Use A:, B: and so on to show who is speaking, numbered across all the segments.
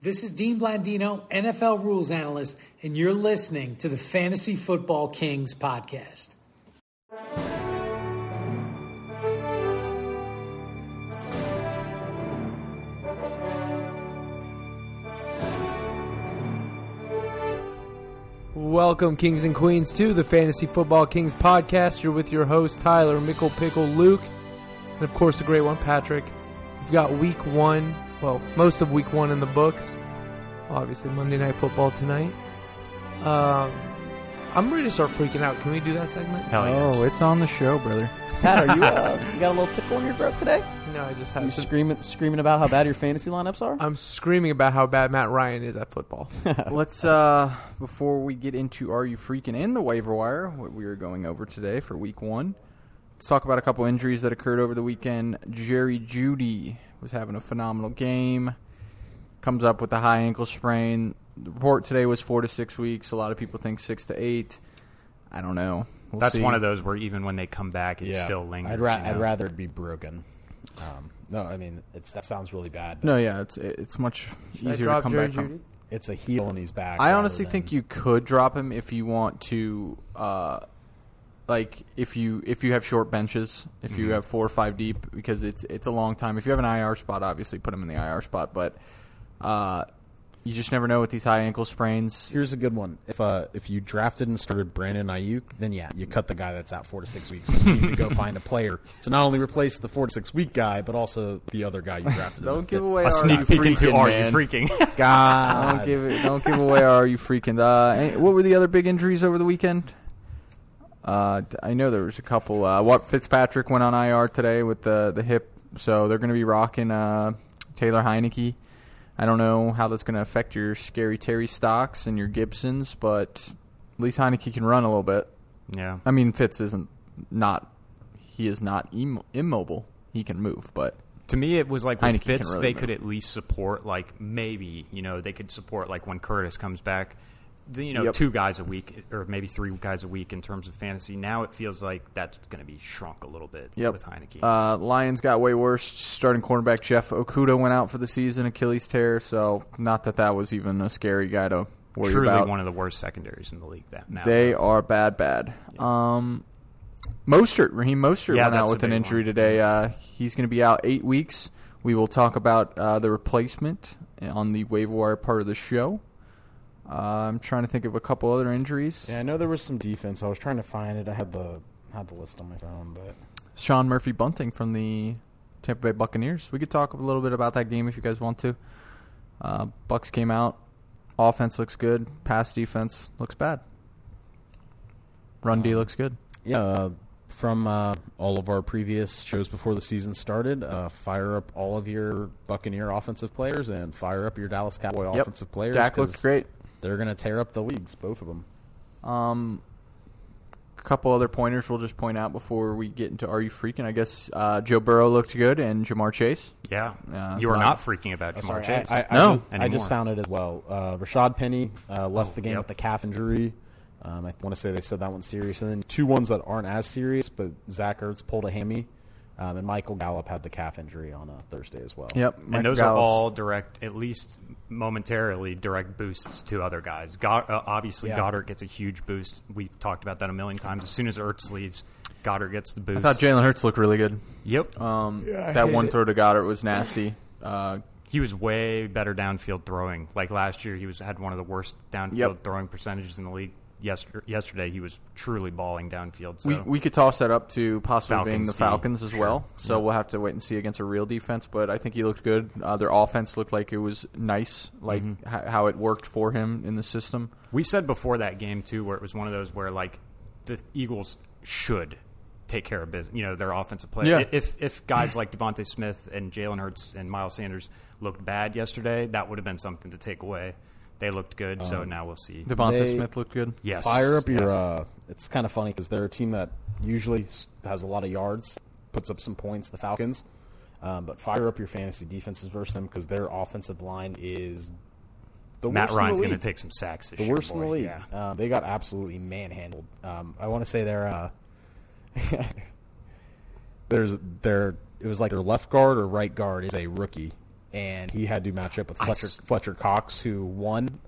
A: This is Dean Blandino, NFL rules analyst, and you're listening to the Fantasy Football Kings podcast.
B: Welcome, Kings and Queens, to the Fantasy Football Kings podcast. You're with your host, Tyler Mickle Pickle Luke, and of course, the great one, Patrick. We've got week one, well, most of week one in the books. Obviously, Monday Night Football tonight. Um, I'm ready to start freaking out. Can we do that segment?
C: Hell
D: Oh, it's on the show, brother.
C: Pat, are you, uh, you got a little tickle in your throat today?
B: No, I just
C: Are you
B: have to.
C: screaming screaming about how bad your fantasy lineups are?
E: Uh,
B: I'm screaming about how bad Matt Ryan is at football.
D: Let's uh before we get into are you freaking in the waiver wire, what we are going over today for week one. Let's talk about a couple injuries that occurred over the weekend. Jerry Judy was having a phenomenal game. Comes up with a high ankle sprain. The report today was four to six weeks. A lot of people think six to eight. I don't know. We'll
F: That's
D: see.
F: one of those where even when they come back, it still lingers.
E: I'd, ra-
F: you know?
E: I'd rather it be broken. Um, no, I mean it's that sounds really bad. But
D: No, yeah, it's it's much
B: I
D: easier to
B: dropped
D: come
B: Jerry
D: back from.
B: Jeudy.
E: It's a heel and he's back.
D: I
E: rather
D: honestly
E: than-
D: think you could drop him if you want to, uh, like if you if you have short benches, if
F: Mm-hmm.
D: you have four or five deep, because it's it's a long time. If you have an IR spot, obviously put him in the IR spot, but uh, you just never know with these high ankle sprains.
E: Here's a good one. If uh, if you drafted and started Brandon Ayuk, then yeah, you cut the guy that's out four to six weeks. You need to go find a player to not only replace the four to six week guy, but also the other guy you drafted.
D: Don't give away
F: a
D: our
F: sneak peek into are you
D: man.
F: freaking?
E: God.
D: Don't give it, don't give away our are you freaking. Uh, any- what were the other big injuries over the weekend? Uh, d- I know there was a couple. Uh, what Fitzpatrick went on IR today with the the hip, so they're going to be rocking uh, Taylor Heineke. I don't know how that's going to affect your scary Terry stocks and your Gibsons, but at least Heineke can run a little bit.
F: yeah,
D: I mean, Fitz isn't not he is not Im- immobile. He can move, but
F: to me it was like with
D: Heineke can
F: Fitz,
D: really
F: they
D: move.
F: could at least support like maybe you know they could support like when Curtis comes back, the, you know
D: Yep.
F: two guys a week or maybe three guys a week in terms of fantasy. Now it feels like that's going to be shrunk a little bit
D: Yep.
F: with Heineke.
D: Uh, Lions got way worse. Starting cornerback Jeff Okuda went out for the season, Achilles tear. So not that that was even a scary guy to worry
F: Truly
D: about.
F: one of the worst secondaries in the league. That now
D: they are bad, bad. Um, Mostert, Raheem Mostert
F: Yeah,
D: went out
F: that's a
D: with an
F: big
D: injury
F: one.
D: today. Uh, he's going to be out eight weeks. We will talk about uh, the replacement on the waiver wire part of the show. Uh, I'm trying to think of a couple other injuries.
E: Yeah, I know there was some defense. I was trying to find it. I had the had the list on my phone, but
D: Sean Murphy Bunting from the Tampa Bay Buccaneers. We could talk a little bit about that game if you guys want to. Uh, Bucks came out. Offense looks good. Pass defense looks bad. Run D looks good.
E: Yeah, uh, from uh, all of our previous shows before the season started, uh, fire up all of your Buccaneer offensive players and fire up your Dallas Cowboy offensive players.
D: Dak
E: 'cause
D: looks great.
E: They're going to tear up the leagues, both of them.
D: Um, a couple other pointers we'll just point out before we get into Are You Freaking? I guess uh, Joe Burrow looked good and Jamar Chase.
F: yeah,
D: Yeah,
F: you are
D: but- Oh,
F: not freaking about Jamar
E: Sorry,
F: Chase.
E: I, I, I
D: No.
E: just- I
F: Anymore. Oh,
E: just found it as well. Uh, Rashad Penny uh, left the game
F: yep.
E: with a calf injury. Um, I want to say they said that one's serious, and then two ones that aren't as serious. But Zach Ertz pulled a hammy, um, and Michael Gallup had the calf injury on uh, Thursday as well.
D: Yep.
F: and
D: Michael
F: those are
D: Gallup.
F: all direct, at least momentarily, direct boosts to other guys. God, uh, obviously,
E: Yeah.
F: Goddard gets a huge boost. We talked about that a million times. As soon as Ertz leaves, Goddard gets the boost.
D: I thought Jalen Hurts looked really good.
F: yep,
D: Um, that one throw to Goddard was nasty. Uh,
F: he was way better downfield throwing. Like last year, he was had one of the worst downfield
D: Yep.
F: throwing percentages in the league. Yesterday, yesterday he was truly balling downfield. So
D: We, we could toss that up to possibly being
F: Falcons
D: the
F: D,
D: Falcons as
F: sure.
D: well. So we'll have to wait and see against a real defense. But I think he looked good. Uh, their offense looked like it was nice, like
F: Mm-hmm.
D: ho- how it worked for him in the system.
F: We said before that game too, where it was one of those where like the Eagles should take care of business. You know, their offensive play.
D: Yeah.
F: If if guys like Devontae Smith and Jalen Hurts and Miles Sanders looked bad yesterday, that would have been something to take away. They looked good, so now we'll see.
D: Devonta
E: They-
D: Smith looked good.
F: yes,
E: Um, Fire up your. Uh, it's kind of funny because they're a team that usually s- has a lot of yards, puts up some points. The Falcons, um, but fire up your fantasy defenses versus them because their offensive line is the worst
F: Matt
E: in the
F: Ryan's going to
E: league.
F: take some sacks this
E: the
F: year.
E: worst in the
F: boy.
E: league.
F: Yeah.
E: Um, they got absolutely manhandled. Um, I want to say their uh, there's their it was like their left guard or right guard is a rookie, and he had to match up with
F: I
E: Fletcher,
F: s-
E: Fletcher Cox, who won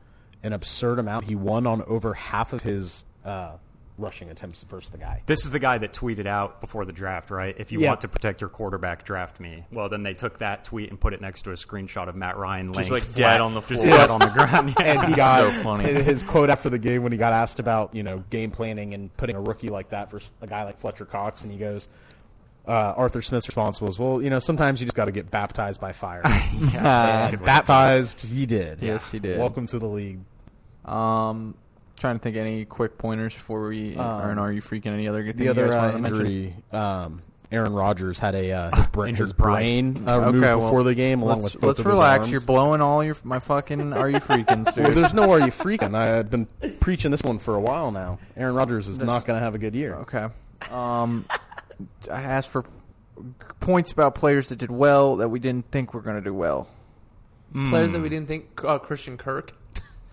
E: an absurd amount. He won on over half of his uh, rushing attempts versus the guy.
F: This is the guy that tweeted out before the draft, right? If you
E: Yeah.
F: want to protect your quarterback, draft me. Well, then they took that tweet and put it next to a screenshot of Matt Ryan laying
G: Just like
F: flat,
G: dead on the
F: just
G: floor.
F: dead on the ground. Yeah.
E: and he got
G: So funny.
E: and his quote after the game when he got asked about you know game planning and putting a rookie like that versus a guy like Fletcher Cox, and he goes, uh, Arthur Smith's response was, "Well, you know, sometimes you just got to get baptized by fire."
F: Yeah, that's a
E: And
F: good way to put it.
E: baptized, he did.
D: Yes, he did.
E: Welcome to the league.
D: Um, trying to think of any quick pointers before we are in. Are you freaking any other good
E: Um, The
D: thing you
E: other
D: guys
E: uh,
D: wanted to mention?
E: injury, um, Aaron Rodgers had a uh, his, bra-
F: Injured
E: his brain uh, removed
D: well,
E: before the game, along
D: let's,
E: with both
D: let's
E: of his
D: relax.
E: arms.
D: You're blowing all your my fucking are you freaking dude?
E: Well, there's no are you freaking. I've been preaching this one for a while now. Aaron Rodgers is not going to have a good year.
D: okay. Um, I asked for points about players that did well that we didn't think were going to do well.
B: Players that we didn't think uh, Christian Kirk.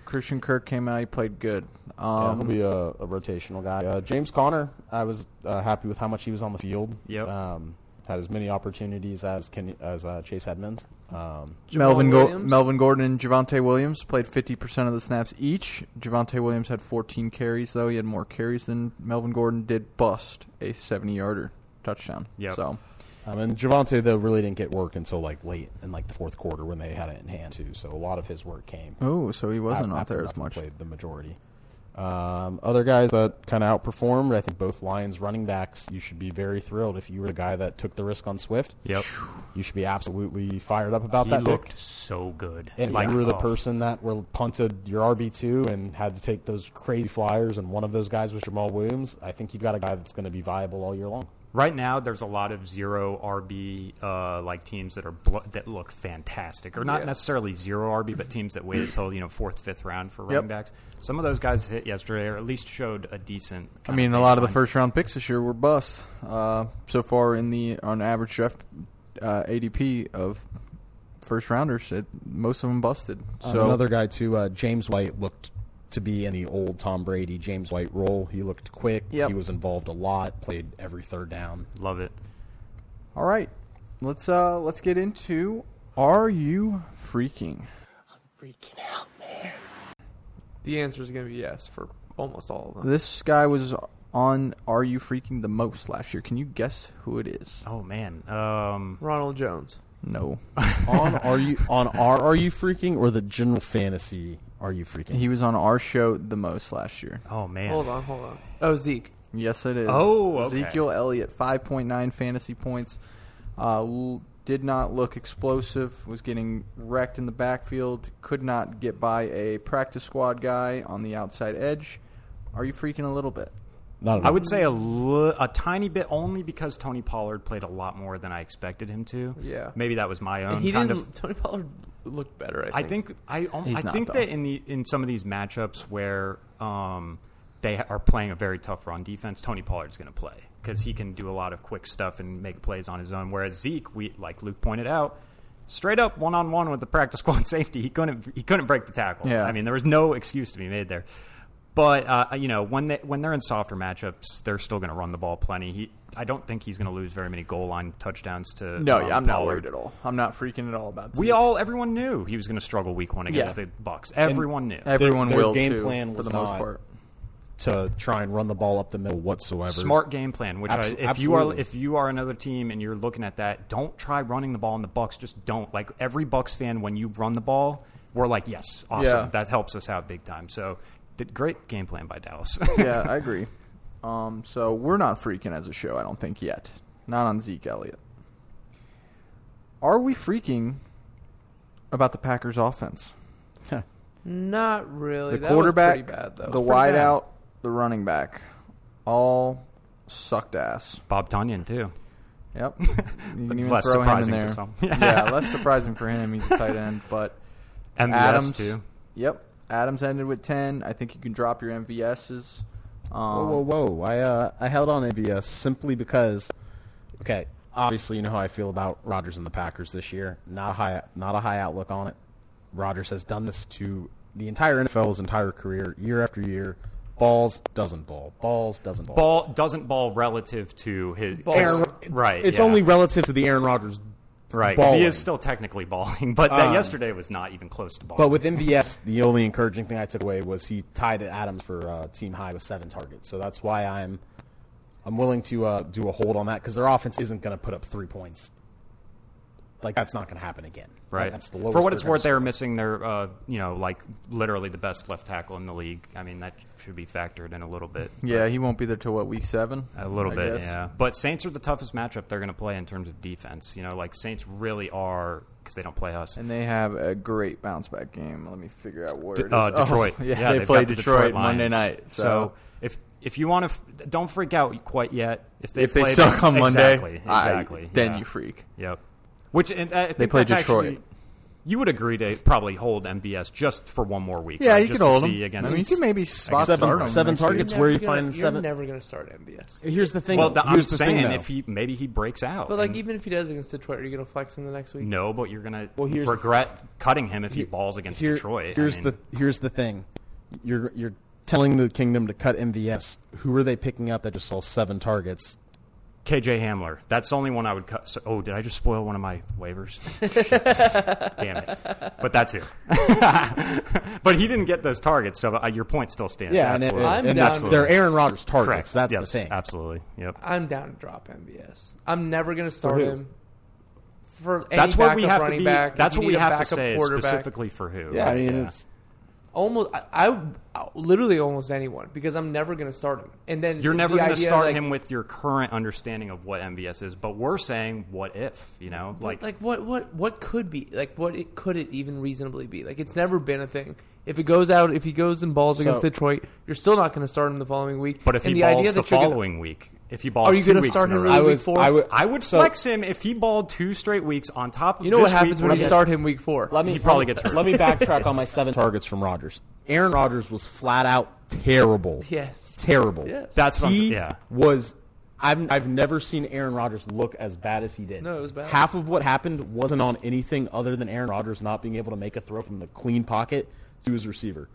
D: Christian Kirk came out. He played good.
E: Yeah,
D: Um,
E: he'll be a, a rotational guy. Uh, James Conner, I was uh, happy with how much he was on the field.
F: Yep.
E: Um, had as many opportunities as Ken, as uh, Chase Edmonds. Um,
B: Jamal
D: Melvin, Go-
B: Williams.
D: Melvin Gordon and Javante Williams played 50% of the snaps each. Javante Williams had 14 carries, though. He had more carries than Melvin Gordon did bust a 70 yarder touchdown.
F: Yep.
D: So,
E: um, and Javante though really didn't get work until like late in like the fourth quarter when they had it in hand too. So a lot of his work came.
D: oh, so he wasn't
E: a-
D: out
E: after
D: there as
E: Ruffin
D: much.
E: Played the majority. Um, other guys that kind of outperformed, I think both Lions running backs. You should be very thrilled if you were the guy that took the risk on Swift.
F: Yep.
E: You should be absolutely fired up about
F: He
E: that. pick.
F: looked so good.
E: And
F: Like,
E: if you were the
F: oh,
E: person that were punted your RB two and had to take those crazy flyers, and one of those guys was Jamal Williams, I think you've got a guy that's going to be viable all year long.
F: Right now, there's a lot of zero RB uh, like teams that are bl- that look fantastic, or not
D: Yeah.
F: necessarily zero RB, but teams that waited till you know fourth, fifth round for running
D: Yep.
F: backs. Some of those guys hit yesterday, or at least showed a decent.
D: I
F: kind
D: mean, a lot of the
F: baseline.
D: first round picks this year were busts. Uh, so far in the on average draft uh, ADP of first rounders, it, most of them busted. So
E: Um, another guy too, uh, James White looked to be in the old Tom Brady James White role. He looked quick.
D: Yep.
E: He was involved a lot. Played every third down.
F: love it.
D: All right, let's uh let's get into are you freaking?
B: The answer is going to be yes for almost all of them.
D: This guy was on Are You Freaking the most last year. Can you guess who it is?
F: Oh man, um,
B: Ronald Jones.
D: No.
E: on are you on our are you freaking or the general fantasy are you freaking?
D: he was on our show the most last year.
F: oh man,
B: Hold on, hold on. Oh, Zeke.
D: Yes, it is.
F: Oh, okay.
D: Ezekiel Elliott, 5.9 fantasy points. Uh, l- did not look explosive, was getting wrecked in the backfield, could not get by a practice squad guy on the outside edge. Are you freaking a little bit?
E: Not at
F: I
E: all.
F: would say a li- a tiny bit, only because Tony Pollard played a lot more than I expected him to.
B: Yeah.
F: maybe that was my own
B: And he
F: Um, kind
B: didn't.
F: of
B: Tony Pollard looked better. I
F: I
B: think.
F: think I al-
D: He's
F: I
D: not,
F: think
D: though.
F: that in the in some of these matchups where um, they ha- are playing a very tough run defense, Tony Pollard's going to play because he can do a lot of quick stuff and make plays on his own. Whereas Zeke, we like Luke pointed out, straight up one on one with the practice squad safety, he couldn't he couldn't break the tackle.
D: Yeah.
F: I mean there was no excuse to be made there. But uh, you know when they when they're in softer matchups, they're still going to run the ball plenty. He, I don't think he's going to lose very many goal line touchdowns to. um, Pollard.
D: all. I'm not freaking at all about
F: We all, everyone knew he was going to struggle week one against
D: Yeah.
F: the Bucks. Everyone knew.
D: Everyone
E: Their- their
D: will,
E: game
D: too,
E: plan
D: for
E: was
D: the most
E: not-
D: part.
E: to try and run the ball up the middle whatsoever.
F: Smart game plan. Which
E: Abs-
F: I, if you are
E: absolutely.
F: if you are another team and you're looking at that, don't try running the ball in the Bucks. Just don't. Like every Bucks fan, when you run the ball, we're like, yes, awesome.
D: Yeah.
F: That helps us out big time. So, did great game plan by Dallas.
D: yeah, I agree. Um, so we're not freaking as a show, I don't think yet. Not on Zeke Elliott. Are we freaking about the Packers offense?
B: Not really.
D: The
B: that
D: quarterback,
B: was pretty bad, though.
D: the wideout, the running back, all sucked ass.
F: Bob Tanyan too.
D: Yep. You can even
F: less
D: throw him in
F: surprising to
D: there.
F: some.
D: yeah, less surprising for him. He's a tight end, but
F: MVS
D: Adams
F: too.
D: Yep. Adams ended with ten. I think you can drop your MVSs. Um,
E: Whoa, whoa, whoa! I uh, I held on ABS simply because, okay, obviously you know how I feel about Rodgers and the Packers this year. Not a high, not a high outlook on it. Rodgers has done this to the entire NFL's entire career, year after year. Balls doesn't ball. Balls doesn't ball.
F: Ball doesn't ball relative to his
E: Aaron,
F: right.
E: It's
F: yeah.
E: only relative to the Aaron Rodgers
F: Right, 'cause he
E: balling.
F: is still technically balling, but that yesterday was not even close to balling.
E: But with MVS, the only encouraging thing I took away was he tied at Adams for uh, team high with seven targets. So that's why I'm I'm willing to uh, do a hold on that because their offense isn't going to put up three points. Like that's not going to happen again.
F: right,
E: That's the lowest.
F: for what
E: they're
F: it's worth,
E: gonna
F: they're missing their, uh, you know, like literally the best left tackle in the league. I mean, that should be factored in a little bit.
D: Yeah, he won't be there till what week seven?
F: A little
D: I
F: bit,
D: guess.
F: yeah. But Saints are the toughest matchup they're going to play in terms of defense. You know, like Saints really are because they don't play us.
D: And they have a great bounce back game. Let me figure out where
F: D-
D: it is.
F: uh,
D: Oh,
F: Detroit,
D: yeah,
F: yeah,
D: they
F: they've
D: play
F: got the
D: Detroit,
F: Lions.
D: Monday night. So,
F: if if you want to, f- don't freak out quite yet. If they
D: if they
F: play
D: suck on Monday,
F: exactly,
D: I-
F: exactly.
D: then
F: yeah.
D: you freak.
F: Yep. Which and I think
D: play
F: that's
D: Detroit.
F: actually- you would agree to probably hold MVS just for one more week.
D: Yeah,
F: right?
D: you
F: just
D: could hold
F: to
D: him.
F: see
D: I
F: against.
D: mean, you can maybe spot
E: seven-
D: start him
E: seven
D: next week.
E: targets. It's where you find
B: going
E: seven-
B: You're never going to start MBS.
E: score. Here's the thing.
F: well,
E: though.
F: the, I'm
E: Here's the
F: saying
E: thing, though.
F: if he maybe he breaks out,
B: But like,
F: and-
B: even if he does against Detroit, are you going to flex him the next week?
F: Mm. no, but you're gonna
E: Well, here's-
F: regret cutting him if he balls against
E: Here-
F: Detroit.
E: Here's
F: I mean,
E: the here's the thing. You're you're telling the kingdom to cut MVS. Who are they picking up that just saw seven targets?
F: KJ Hamler. That's the only one I would cut. So, oh, did I just spoil one of my waivers? Damn it! But that's it. but he didn't get those targets, so uh, your point still stands.
E: and,
F: absolutely.
B: I'm
E: and
B: down
E: that's,
B: with
E: they're
F: it.
E: Aaron Rodgers targets.
F: Correct.
E: That's
F: yes,
E: the thing.
F: Absolutely. Yep.
B: I'm down to drop MBS. I'm never going to start
E: who?
B: him. For any
F: That's what we
B: backup
F: have to
B: running
F: be.
B: Back, if
F: that's
B: you
F: what
B: need
F: we
B: a
F: have to
B: backup
F: say is
B: quarterback.
F: specifically for who.
E: Yeah, I
F: right?
E: mean, it's
B: Almost, I, I, I- literally almost anyone because I'm never going to start him. And then
F: you're never
B: the
F: going to
B: idea,
F: start
B: like,
F: him with your current understanding of what MVS is, but we're saying what if, you know, like,
B: like, what what what could be like what it could it even reasonably be like it's never been a thing if it goes out if he goes and balls against
E: So-
B: detroit you're still not going to start him the following week
F: but if
B: and
F: he
B: the idea
F: balls the
B: that you're gonna-
F: following week, if he balls
B: Are you
F: two
B: gonna
F: weeks
B: start
F: in a
B: him
F: row,
B: really
E: I was
B: Before-
E: I would
F: I would
E: so-
F: flex him if he balled two straight weeks on top of
B: you know
F: this
B: what happens
F: week
B: when
F: where
B: you
F: he-
B: start him week four
E: Let me
F: He probably gets hurt.
E: Let me backtrack on my seven targets from Rodgers. Aaron Rodgers was flat out terrible.
B: Yes.
E: terrible.
B: Yes.
F: That's what I'm-
E: he
F: yeah.
E: was. I've I've never seen Aaron Rodgers look as bad as he did.
B: No, it was bad.
E: Half of what happened wasn't on anything other than Aaron Rodgers not being able to make a throw from the clean pocket to his receiver.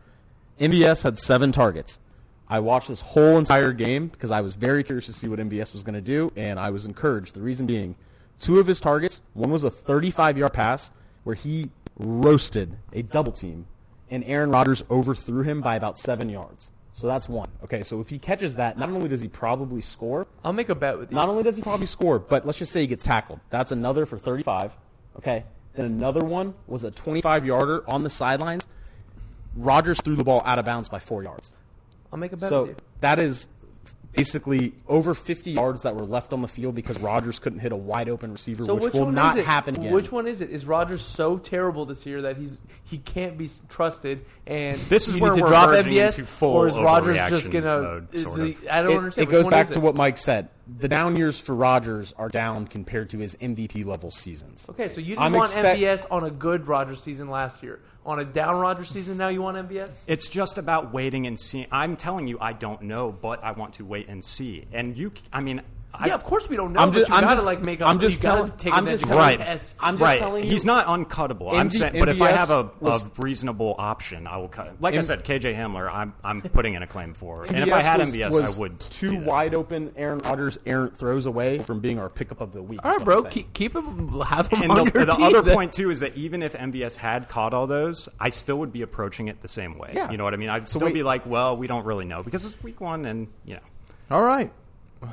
E: MBS had seven targets. I watched this whole entire game because I was very curious to see what MBS was going to do, and I was encouraged. The reason being, two of his targets, one was a 35 yard pass where he roasted a double team, and Aaron Rodgers overthrew him by about seven yards. So that's one. Okay, so if he catches that, not only does he probably score,
B: i'll make a bet with you
E: not only does he probably score, but let's just say he gets tackled. That's another for 35. Okay. Then another one was a 25 yarder on the sidelines. Rodgers threw the ball out of bounds by four yards.
B: i'll make a bet with
E: So
B: you
E: that is basically over 50 yards that were left on the field because Rodgers couldn't hit a wide open receiver,
B: so
E: which,
B: which
E: will
B: one
E: not
B: is it?
E: happen again.
B: Which one is it? Is Rogers so terrible this year that he's he can't be trusted? And
F: This is
B: you
F: where
B: need to
F: we're
B: drop
F: verging
B: MBS,
F: into full
B: or is Rogers just
F: overreaction
B: gonna?
F: mode,
B: is
F: sort
B: the-
F: of.
B: I don't
E: it,
B: understand. Which
E: it goes
B: one
E: back
B: is
E: to
B: it?
E: what Mike said. The down years for Rodgers are down compared to his MVP level seasons.
B: Okay, so you didn't
E: I'm
B: want
E: expect-
B: MVS on a good Rogers season last year. On a down Rogers season, now you want MVS?
F: It's just about waiting and seeing. I'm telling you, I don't know, but I want to wait and see. And you, c- I mean, I,
B: yeah, of course we don't know.
E: I'm
B: but
E: just-
B: you
E: I'm
B: gotta
E: just-
B: like make up.
E: I'm just
B: you gotta
E: telling-
B: Take
E: I'm
B: a
E: just
B: measure.
F: right.
B: Yes.
E: I'm just
F: right.
E: telling you-
F: He's not uncuttable. I'm
E: MD
F: saying, but if I
E: MVS
F: have a,
E: was-
F: a reasonable option, I will cut. him. Like I
E: M-
F: said, KJ Hamler, I'm I'm putting in a claim for. And if I had
E: was-
F: MBS,
E: was
F: I would.
E: Two
F: do that.
E: wide open Aaron Rodgers errant throws away from being our pickup of the week.
B: All
E: is
B: right,
E: what I'm
B: bro.
E: saying.
B: Keep, keep him. Have him
F: And
B: on
F: the,
B: your
F: the
B: team
F: other
B: then.
F: point too is that even if MBS had caught all those, I still would be approaching it the same way.
E: Yeah.
F: You know what I mean? I'd
E: So
F: still
E: wait-
F: be like, well, we don't really know because it's week one, and you know,
D: All right.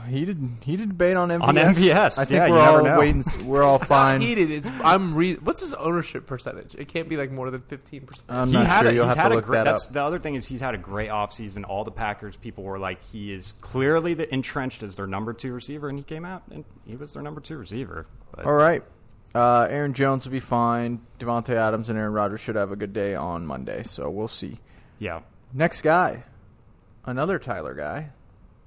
D: He did. He did debate on MVS.
F: On MVS,
D: I think
F: yeah, you
D: we're
F: never
D: all
F: know.
D: waiting. s- We're all fine.
B: Heated. It's. I'm. Re- What's his ownership percentage? It can't be like more than fifteen percent.
D: I'm
F: he
D: not
F: had
D: sure.
F: a,
D: You'll
F: he's
D: have
F: had
D: to
F: a
D: look
F: great.
D: that up.
F: That's the other thing is he's had a great offseason. All the Packers people were like, he is clearly the, entrenched as their number two receiver, and he came out and he was their number two receiver. But
D: All right. Uh, Aaron Jones will be fine. Devontae Adams and Aaron Rodgers should have a good day on Monday. So we'll see.
F: yeah,
D: Next guy, another Tyler guy.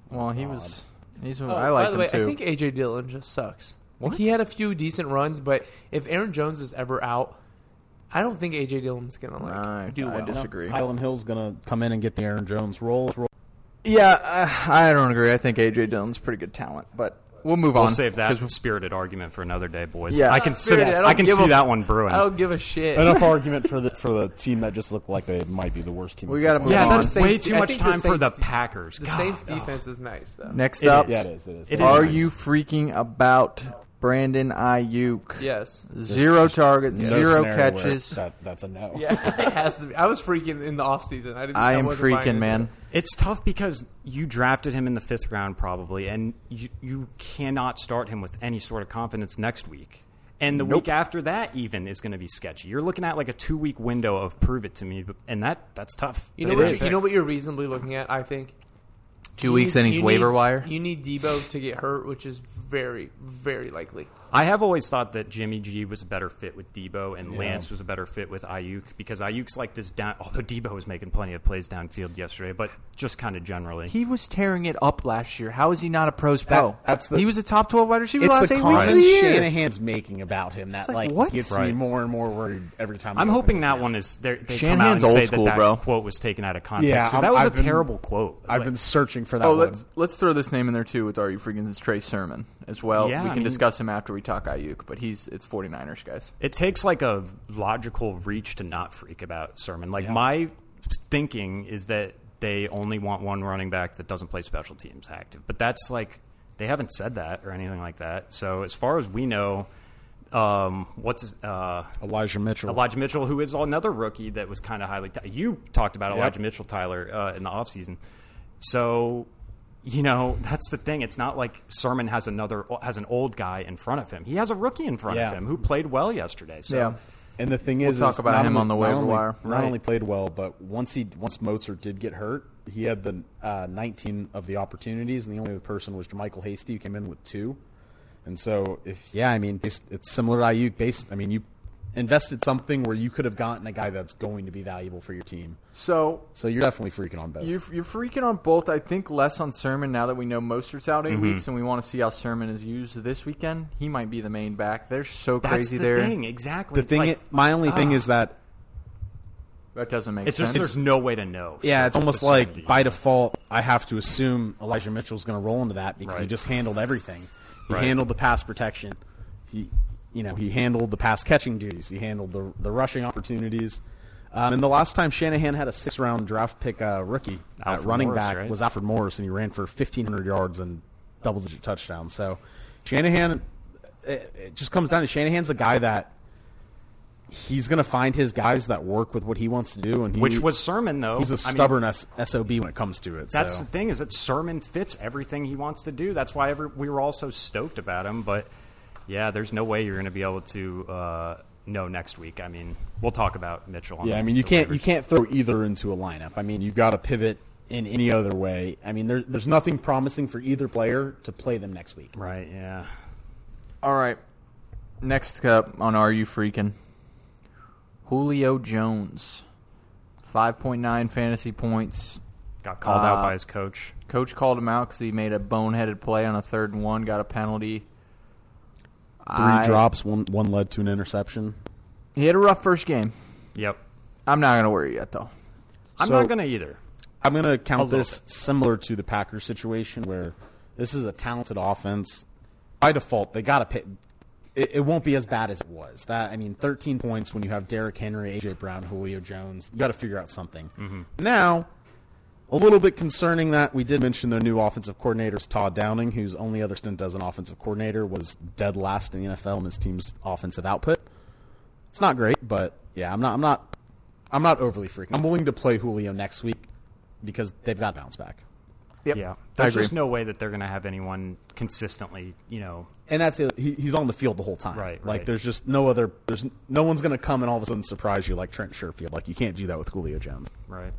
D: Well, he was. He's. I
B: Oh, by
D: liked
B: the
D: him
B: way,
D: too.
B: I think AJ Dillon just sucks. Like,
D: What?
B: he had a few decent runs, but if Aaron Jones is ever out, I don't think AJ Dillon's gonna like
D: I-
B: do
D: I
B: well.
D: dis- disagree.
E: Kylan Hill's gonna come in and get the Aaron Jones roll. roll.
D: yeah, I, I don't agree. I think AJ Dillon's pretty good talent, but we'll move on.
F: we'll save that
D: 'cause we-
F: spirited argument for another day, boys.
D: Yeah.
F: I can
D: Not
F: see,
B: spirited, I
F: I
B: don't
F: can
B: give
F: see
B: a-
F: that one brewing.
B: I don't give a shit.
E: Enough argument for the for the team that just looked like they might be the worst team. in
D: We gotta
E: football.
D: move
F: yeah,
D: on.
F: that's way
B: Saints-
F: too
B: I
F: much
B: think the
F: time for
B: Saints-
F: the Packers.
B: The
F: God.
B: Saints defense is nice though.
D: Next
F: It
D: up,
F: is.
E: Yeah, it is. It is.
F: It
E: It is.
D: are
F: is.
D: you freaking about Brandon Ayuk.
G: Yes.
D: Zero targets,
E: No
D: zero
E: scenario where
D: catches.
E: That, that's a no.
G: Yeah.
B: it has to be. I was freaking in the off season. I, didn't,
D: I am
B: wasn't buying
D: freaking,
B: it.
D: man.
F: It's tough because you drafted him in the fifth round probably, and you, you cannot start him with any sort of confidence next week. And the week after that, even is going to be sketchy. You're looking at like a two week window of prove it to me, but- and that that's tough.
B: You know
F: That's
B: what?
F: tough.
B: You, you know what you're reasonably looking at. I think
D: Two
B: You
D: weeks
B: need-
D: and he's
B: you
D: waiver
B: need-
D: wire.
B: You need Debo to get hurt, which is very, very likely.
F: I have always thought that Jimmy G was a better fit with Debo and Lance was a better fit with Ayuk because Ayuk's like this down. Although Debo was making plenty of plays downfield yesterday, but just kind of generally.
D: He was tearing it up last year. How is he not a pros pro?
E: that's the-
D: he was a top twelve wide receiver
E: It's
D: last
E: the
D: eight weeks of
E: comment
D: the year.
E: Shanahan's making about him that
D: like,
E: like,
D: what?
E: gets me
F: Right.
E: more and more worried every time.
F: I'm
E: he opens
F: hoping that
E: his
F: one
E: mouth.
F: is they They come out
D: Shanahan's
F: and say
D: old school,
F: that that
D: bro.
F: quote was taken out of context.
E: Yeah,
F: 'cause
E: I'm-
F: that was
E: I've
F: a
E: been-
F: terrible quote.
E: I've
F: Like,
E: been searching for that
D: Oh,
E: one.
D: let's let's throw this name in there too with RU Freakins. It's Trey Sermon as well.
F: Yeah,
D: we
F: I
D: can
F: mean-
D: discuss him after we talk Ayuk, but he's it's 49ers guys.
F: it takes like a logical reach to not freak about Sermon. Like my thinking is that they only want one running back that doesn't play special teams active, but that's like they haven't said that or anything like that. So as far as we know, um, what's his, uh,
E: Elijah Mitchell.
F: Elijah Mitchell, who is another rookie that was kind of highly. T- you talked about Elijah Mitchell, Tyler, uh, in the offseason. So, you know, that's the thing. It's not like Sermon has another has an old guy in front of him. He has a rookie in front
E: Yeah.
F: of him who played well yesterday. So,
D: Yeah.
E: And the thing is,
D: talk
E: is
D: about
E: not
D: him
E: only-
D: on the
E: not
D: waiver
E: only-
D: wire.
E: Not only played well, but once he once Mozart did get hurt, he had the uh, 19 of the opportunities, and the only other person was Michael Hasty, who came in with two. And so, if yeah, I mean, based, it's similar to Ayuk. Based, I mean, you invested something where you could have gotten a guy that's going to be valuable for your team.
D: So
E: So you're definitely freaking on both.
D: you're, you're freaking on both. I think less on Sermon now that we know Mostert's out 8
F: Mm-hmm.
D: weeks, and we want to see how Sermon is used this weekend. He might be the main back. They're so
F: that's
D: crazy
F: the
D: there.
F: thing. Exactly.
E: the
F: It's
E: thing,
F: like-
E: my only thing is that
D: That doesn't make
F: it's
D: sense.
F: just there's no way to know.
E: Yeah,
F: So
E: it's almost
F: certainty.
E: like by default, I have to assume Elijah Mitchell's going to roll into that because he
F: Right.
E: just handled everything. He
F: Right.
E: handled the pass protection. He, you know, he handled the pass catching duties. He handled the the rushing opportunities. Um, and the last time Shanahan had a six round draft pick uh, rookie at
F: Alfred
E: running
F: Morris,
E: back
F: right?
E: was Alfred Morris, and he ran for fifteen hundred yards and double digit touchdowns. So Shanahan, it, it just comes down to Shanahan's a guy that. He's going to find his guys that work with what he wants to do, and he,
F: which was Sermon though.
E: He's
F: Oh, I
E: a stubborn
F: mean,
E: S- sob when it comes to it.
F: That's
E: so.
F: the thing is that Sermon fits everything he wants to do. That's why every, we were all so stoked about him. But yeah, there's no way you're going to be able to uh, know next week. I mean, we'll talk about Mitchell. On
E: yeah. I
F: the-
E: mean, you
F: the
E: can't
F: waiver.
E: you can't throw either into a lineup. I mean, you've got to pivot in any other way. I mean, there, there's nothing promising for either player to play them next week.
F: right? Yeah,
D: All right. Next up on Are You Freaking? Julio Jones. 5.9 fantasy points.
F: got called
E: Ah.
F: out
D: Uh,
F: by his coach.
D: Coach called him out because he made a boneheaded play on a third and one, got a penalty.
E: Three drops, one one led to an interception.
D: He had a rough first game.
F: Yep,
D: I'm not going to worry yet, though.
F: I'm
E: So-
F: not going to either.
E: I'm going to
F: A
E: count
F: little
E: this similar to the Packers situation where this is a talented offense. By default, they got to pay. It, it won't be as bad as it was. That I mean, 13 points when you have Derrick Henry, AJ Brown, Julio Jones. You got to figure out something. Now, a little bit concerning that we did mention their new offensive coordinator is Todd Downing, whose only other stint as an offensive coordinator was dead last in the NFL in his team's offensive output. It's not great, but yeah, I'm not. I'm not. I'm not overly freaking. I'm willing to play Julio next week because they've got bounce back,
D: Yep.
F: Yeah, there's
D: agree.
F: just no way that they're going to have anyone consistently. You know,
E: and that's it. He, he's on the field the whole time.
F: Right,
E: Like
F: right.
E: there's just no other. There's no one's gonna come and all of a sudden surprise you like Trent Sherfield. Like you can't do that with Julio Jones.
F: right?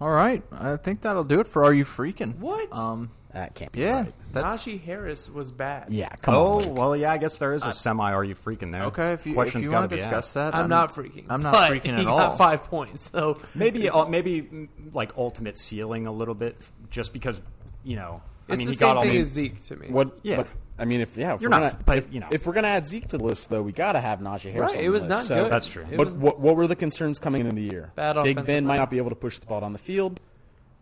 D: All right. I think that'll do it for Are You Freaking?
B: What?
D: Um,
E: That can't. Be
D: yeah.
E: right.
D: That's
B: Najee Harris was bad.
E: Yeah. Come
F: Oh
E: on. Luke.
F: well, yeah. I guess there is a semi. Are you freaking there?
D: okay. If you, if
F: Questions
D: you
F: gotta
D: want to
F: be
D: discuss
F: asked.
D: that,
B: I'm not freaking.
D: I'm not
B: but
D: freaking
B: he
D: at all.
B: Got five points, so
F: Maybe, uh, maybe mm, like ultimate ceiling a little bit, just because you know.
B: it's
F: I mean,
B: the
F: he got
B: same
F: all
B: thing
F: the-
B: as Zeke to me.
E: What?
F: Yeah.
E: But, I mean, if yeah, if
F: You're
E: we're
F: not-
E: gonna,
F: but,
E: if,
F: you know.
E: if we're gonna add Zeke to the list, though, we gotta have Najee Harris.
B: Right,
E: on
B: it
E: the
B: was
E: list.
B: not
E: so,
B: good.
F: That's true.
B: It
E: But
B: was-
E: what, what were the concerns coming into the year?
B: Bad
E: Big
B: offensive
E: Ben might
B: line.
E: not be able to push the ball down the field.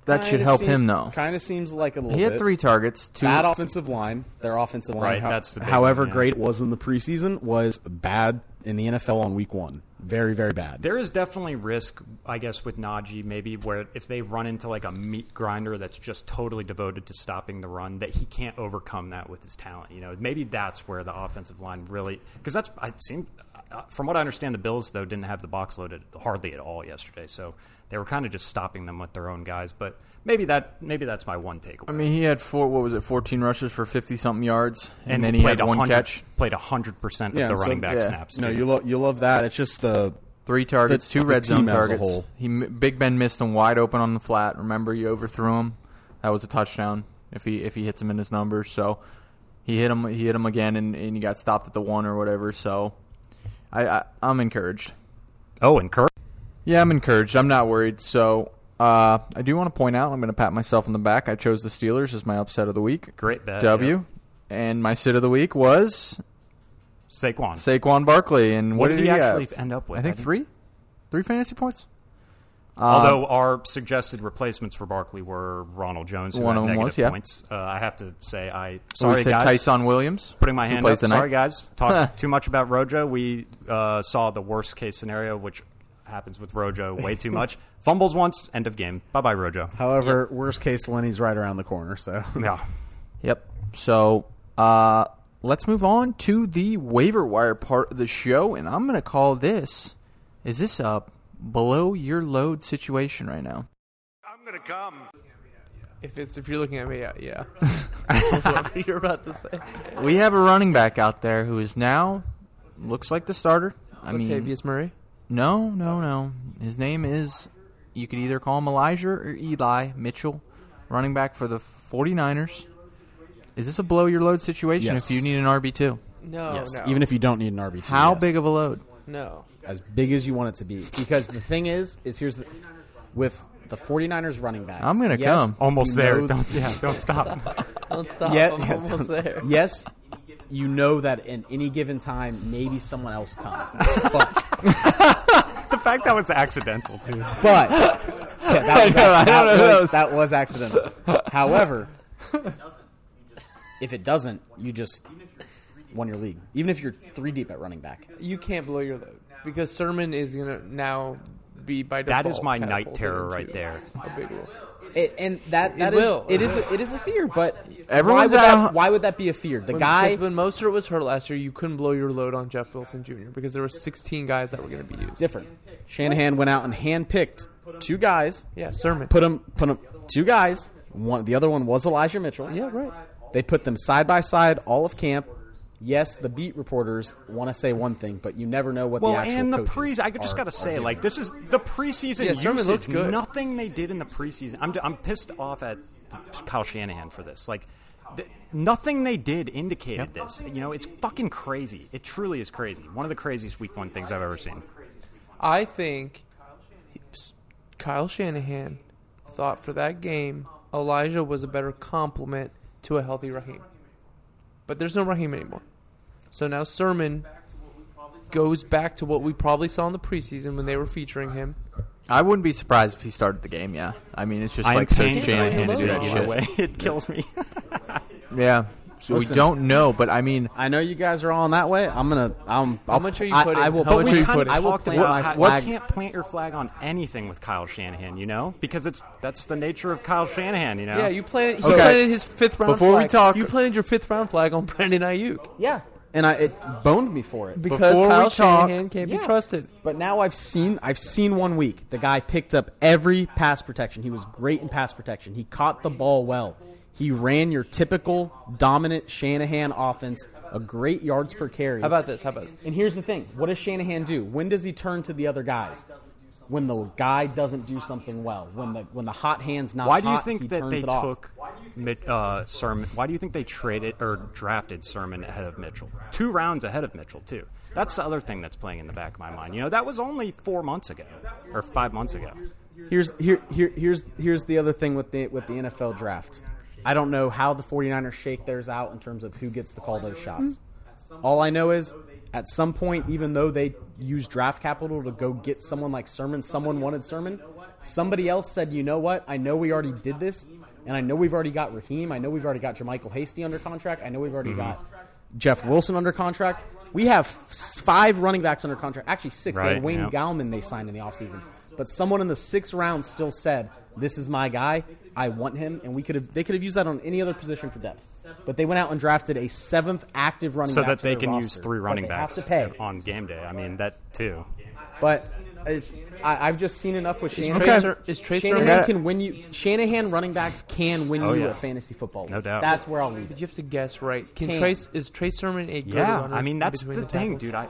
D: That should help him, though.
E: Kind of seems like a little.
D: He had
E: bit.
D: three targets. Two.
E: bad offensive line. Their offensive line,
F: Right, that's the big
E: however
F: one, yeah.
E: great it was in the preseason, was bad in the NFL on week one. Very, very bad.
F: There is definitely risk, I guess, with Najee maybe where if they run into like a meat grinder that's just totally devoted to stopping the run, that he can't overcome that with his talent. You know, maybe that's where the offensive line really because that's I seem uh, from what I understand, the Bills though didn't have the box loaded hardly at all yesterday, so they were kind of just stopping them with their own guys. But maybe that maybe that's my one takeaway.
D: I mean, he had four. What was it? Fourteen rushes for fifty something yards, and, then he
F: played
D: had one
F: 100
D: catch,
F: played hundred percent of
E: Yeah,
F: the
E: so-
F: running back
D: yeah.
F: snaps.
E: No,
F: too.
E: you lo- you love that. It's just the
D: three targets,
E: The-
D: two
E: the
D: red zone
E: team as a
D: targets.
E: whole.
D: He Big Ben missed him wide open on the flat. Remember, you overthrew him. That was a touchdown. If he if he hits him in his numbers, so he hit him. He hit him again, and, and he got stopped at the one or whatever. So, I, I I'm encouraged.
F: oh, and Kirk.
D: Yeah, I'm encouraged. I'm not worried. So uh, I do want to point out, I'm going to pat myself on the back. I chose the Steelers as my upset of the week.
F: Great bet,
D: W.
F: yeah.
D: And my sit of the week was
F: Saquon.
D: Saquon Barkley. And what,
F: What did he actually
D: have?
F: end up with?
D: I think
F: I think-
D: three, three fantasy points. Uh,
F: Although our suggested replacements for Barkley were Ronald Jones, who
D: One
F: had
D: of them
F: negative
D: was, yeah.
F: points. Uh, I have to say, I
D: So we
F: sorry
D: said
F: guys,
D: Tyson Williams.
F: putting my
D: who
F: hand up.
D: plays tonight.
F: Sorry guys, talked too much about Rojo. We uh, saw the worst case scenario, which happens with Rojo way too much. Fumbles once, end of game. Bye bye Rojo.
E: however worst case. Lenny's right around the corner, so
F: Yeah.
D: Yep. So uh, let's move on to the waiver wire part of the show, and I'm going to call this. Is this a below your load situation right now?
G: I'm gonna come.
B: If it's if you're looking at me, yeah, yeah. Whatever you're about to say.
D: We have a running back out there who is now looks like the starter. I mean,
B: Latavius Murray.
D: no, no, no. His name is you could either call him Elijah or Eli Mitchell, running back for the 49ers. Is this a blow your load situation
E: Yes.
D: if you need an RB2?
B: No,
E: yes,
B: Oh, no.
E: even if you don't need an RB two,
D: How
E: yes.
D: big of a load?
B: no.
E: as big as you want it to be. Because the thing is, is here's the with the 49ers running backs.
D: I'm gonna
E: yes,
D: come.
F: Almost
E: you
F: there.
E: know-
F: Don't yeah, don't stop.
B: Don't stop.
E: Yeah,
B: I'm
E: yeah,
B: almost
E: don't-
B: there.
E: Yes, you know that in any given time, maybe someone else comes. But,
F: the fact that was accidental too.
E: but yeah, that, was,
D: know, I
E: that
D: don't know
E: was-
D: that was-
E: that was accidental. However, if it doesn't, you just won your league. Even if you're three deep at running back,
B: You can't blow your load because Sermon is gonna now be by default.
F: That is my night
B: catapulted
F: terror
B: into
F: right there.
B: A big role.
E: it, and that that
B: It
E: is
B: will.
E: it is a, it is a fear. But
D: Everyone's
E: why would,
D: at
E: that,
D: a-
E: why would that be a fear? The
B: When,
E: guy
B: because when Mostert was hurt last year, you couldn't blow your load on Jeff Wilson Jr. because there were 16 guys that were going to be used.
E: different. Shanahan went out and handpicked two guys.
B: Yeah, Sermon.
E: Put them, put 'em- two guys. One, the other one was Elijah Mitchell. Yeah, right. They put them side by side all of camp. Yes, the beat reporters want to say one thing, but you never know what
F: Well,
E: the actual
F: and the
E: coaches
F: pre I just
E: are-
F: got to
E: are
F: say,
E: doing.
F: like, this is the preseason
B: Yeah, Sermon
F: usage.
B: looked good.
F: Nothing they did in the preseason. I'm, I'm pissed off at Kyle Shanahan for this. Like, th- nothing they did indicated this. You know, it's fucking crazy. It truly is crazy. One of the craziest week one things I've ever seen.
B: I think he- Kyle Shanahan thought for that game Elijah was a better complement to a healthy Raheem. But there's no Raheem anymore. So now Sermon goes back to what we probably saw in the preseason when they were featuring him.
D: I wouldn't be surprised if he started the game. Yeah, I mean it's just
F: I am
D: like so
F: paying
D: shame
F: Shanahan
D: to do that
F: go
D: shit.
F: away. It kills me.
D: Yeah, so
E: Listen.
D: we don't know, but I mean,
E: I know you guys are all on that way. I'm gonna. I'm, I'll,
B: much are you
E: I-
B: putting?
E: I will.
B: How much
E: put-
B: are you
E: I will
B: putting?
E: I will
F: Talked
E: plant
F: about
E: my
F: how-
E: flag.
F: You can't plant your flag on anything with Kyle Shanahan, you know, because it's that's the nature of Kyle Shanahan, you know.
B: Yeah, you planted, he
D: Okay.
B: planted his fifth round
D: Before we
B: flag.
D: talk-
B: You planted your fifth round flag on Brandon Ayuk
E: Yeah, and I, it boned me for it.
B: because
D: Before we
B: Kyle
D: talk-
B: Shanahan can't
E: Yeah.
B: be trusted.
E: But now I've seen I've seen one week. The guy picked up every pass protection. He was great in pass protection. He caught the ball well. He ran your typical dominant Shanahan offense, a great yards per carry.
B: How about this? How about this?
E: And here's the thing. What does Shanahan do? When does he turn to the other guys? When the guy doesn't do something well. When the when the hot hand's not
F: Why do you
E: hot, he
F: think that
E: turns
F: they
E: it off.
F: took Mi- uh, Sermon? Why do you think they traded or drafted Sermon ahead of Mitchell? Two rounds ahead of Mitchell, too. That's the other thing that's playing in the back of my mind. You know, that was only four months ago or five months ago.
E: Here's here, here here's here's the other thing with the with the NFL draft. I don't know how the 49ers shake theirs out in terms of who gets to call those shots. All I know is At some point, even though they used draft capital to go get someone like Sermon, someone wanted Sermon. Somebody else said, you know what? I know we already did this, and I know we've already got Raheem. I know we've already got Jermichael Hasty under contract. I know we've
F: Mm-hmm.
E: already got Jeff Wilson under contract. We have f- five running backs under contract. Actually, six. they had
F: Right,
E: Wayne
F: yeah.
E: Gallman they signed in the offseason. But someone in the sixth round still said, "This is my guy. I want him." And we could have they could have used that on any other position for depth. But they went out and drafted a seventh active running
F: so
E: back
F: that
E: to
F: they
E: their
F: can
E: roster.
F: use three
E: But
F: running
E: they
F: backs
E: have to pay.
F: on game day. I mean that too.
E: But it, I, I've just seen enough with Shanahan.
D: Trey
F: Ser-
D: Is Trey Sermon?
E: Shanahan
D: Did
E: can win you. Shanahan running backs can win
F: Oh,
E: you
F: yeah.
E: a fantasy football.
F: No
E: league.
F: doubt.
E: That's where I'll leave it.
B: You have to guess right. Can
E: Can.
B: Trace is Trey Sermon a good
F: Yeah,
B: runner
F: I mean
B: in
F: that's
B: between
F: the thing,
B: tackles?
F: dude. I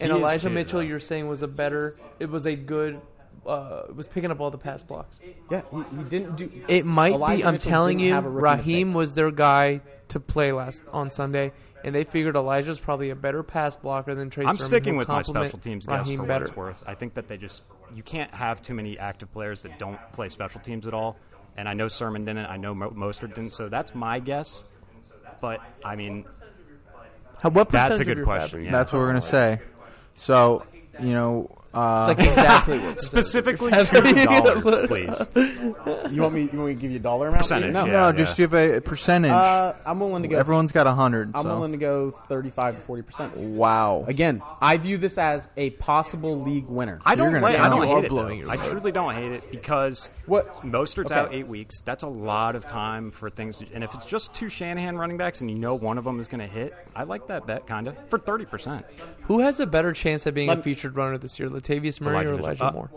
B: And
F: He is
B: Elijah
F: too,
B: Mitchell,
F: though.
B: you're saying was a better. It was a good. Uh, was picking up all the pass blocks.
E: Yeah, he, he didn't do.
B: It might be.
E: Elijah
B: I'm
E: Mitchell
B: telling
E: didn't
B: you,
E: have a rookie
B: Raheem
E: mistake.
B: was their guy to play last on Sunday, and they figured Elijah's probably a better pass blocker than Trey.
F: I'm
B: Sermon,
F: sticking
B: who'll
F: with my
B: complement
F: special teams guess
B: Raheem
F: for what
B: better.
F: it's worth. I think that they just you can't have too many active players that don't play special teams at all. And I know Sermon didn't. I know Mo- Mostert didn't. So that's my guess. But I mean,
B: How- what
F: that's
B: percentage
F: a
B: of
F: good
B: your
F: question. Yeah.
D: That's what we're gonna say. So you know, uh,
B: fabric- Like exactly what percentage of your fabric-
F: specifically two dollars, please.
E: You want me? You want me to give you a dollar amount?
F: Percentage,
E: No.
F: yeah.
D: no, just give a a percentage.
E: Uh, I'm willing to go.
D: Everyone's got a hundred.
E: I'm willing
D: So.
E: to go 35 to 40 percent.
D: Wow.
E: Again, I view this as a possible league winner.
F: I
D: You're
F: don't.
D: gonna
F: Like,
D: fail.
F: I don't
D: You
B: are
F: hate it.
B: blowing your
F: Though. I truly don't hate it because
E: What-
F: Mostert's
E: okay.
F: out eight weeks. That's a lot of time for things. To, and if it's just two Shanahan running backs and you know one of them is going to hit, I like that bet kind of for thirty percent.
B: Who has a better chance at being a
E: Let-
B: featured runner this year, Latavius Murray
F: Elijah
B: or
F: Mitchell.
B: Elijah
F: Uh,
B: Moore?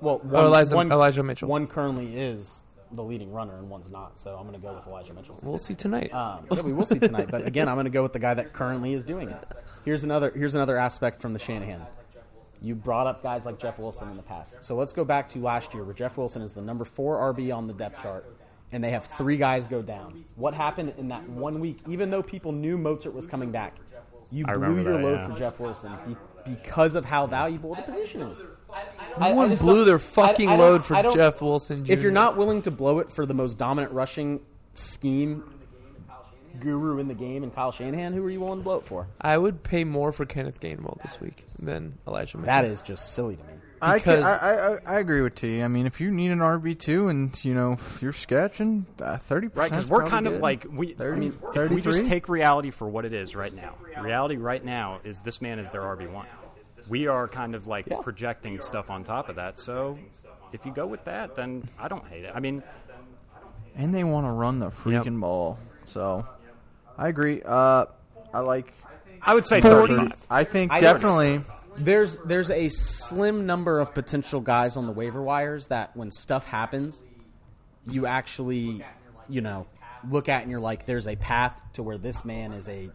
E: Well, one,
B: Elijah-
E: one-
B: Elijah Mitchell.
E: One currently is the leading runner, and one's not. So I'm going to go with Elijah Mitchell.
B: We'll see tonight.
E: Um, yeah, we will see tonight. But again, I'm going to go with the guy that currently is doing it. Here's another here's another aspect from the Shanahan. You brought up guys like Jeff Wilson in the past. So let's go back to last year where Jeff Wilson is the number four RB on the depth chart, and they have three guys go down. What happened in that one week? Even though people knew Mozart was coming back, you
F: I
E: blew
F: remember
E: your
F: that,
E: load
F: yeah.
E: for Jeff Wilson be- because of how valuable the position is.
B: No
E: I- I
B: one
E: just
B: blew
E: don't-
B: their fucking
E: I- I don't-
B: load for
E: I don't-
B: Jeff Wilson. Jr.
E: If you're not willing to blow it for the most dominant rushing scheme guru in the game and Kyle Shanahan, who are you willing to blow it for?
B: I would pay more for Kenneth Gainwell this week than Elijah Mitchell.
E: That is just silly to me.
D: I, can,
B: because-
D: I, I I- I agree with T. I mean, if you need an RB two and you know if you're sketching uh, thirty
F: Right,
D: percent,
F: because we're kind of like we. I
D: 30,
F: mean, if we just
D: 33?
F: take reality for what it is right now. Reality right now is this man is their RB one. We are kind of like
E: Yeah.
F: projecting stuff on top of that. So if you go with that, then I don't hate it. I mean,
D: and they want to run the freaking ball. So I agree. Uh, I like
F: I would say
D: forty.
F: thirty-five.
D: I think
E: I don't-
D: definitely.
E: There's there's a slim number of potential guys on the waiver wires that when stuff happens, you actually, you know, look at and you're like, there's a path to where this man is a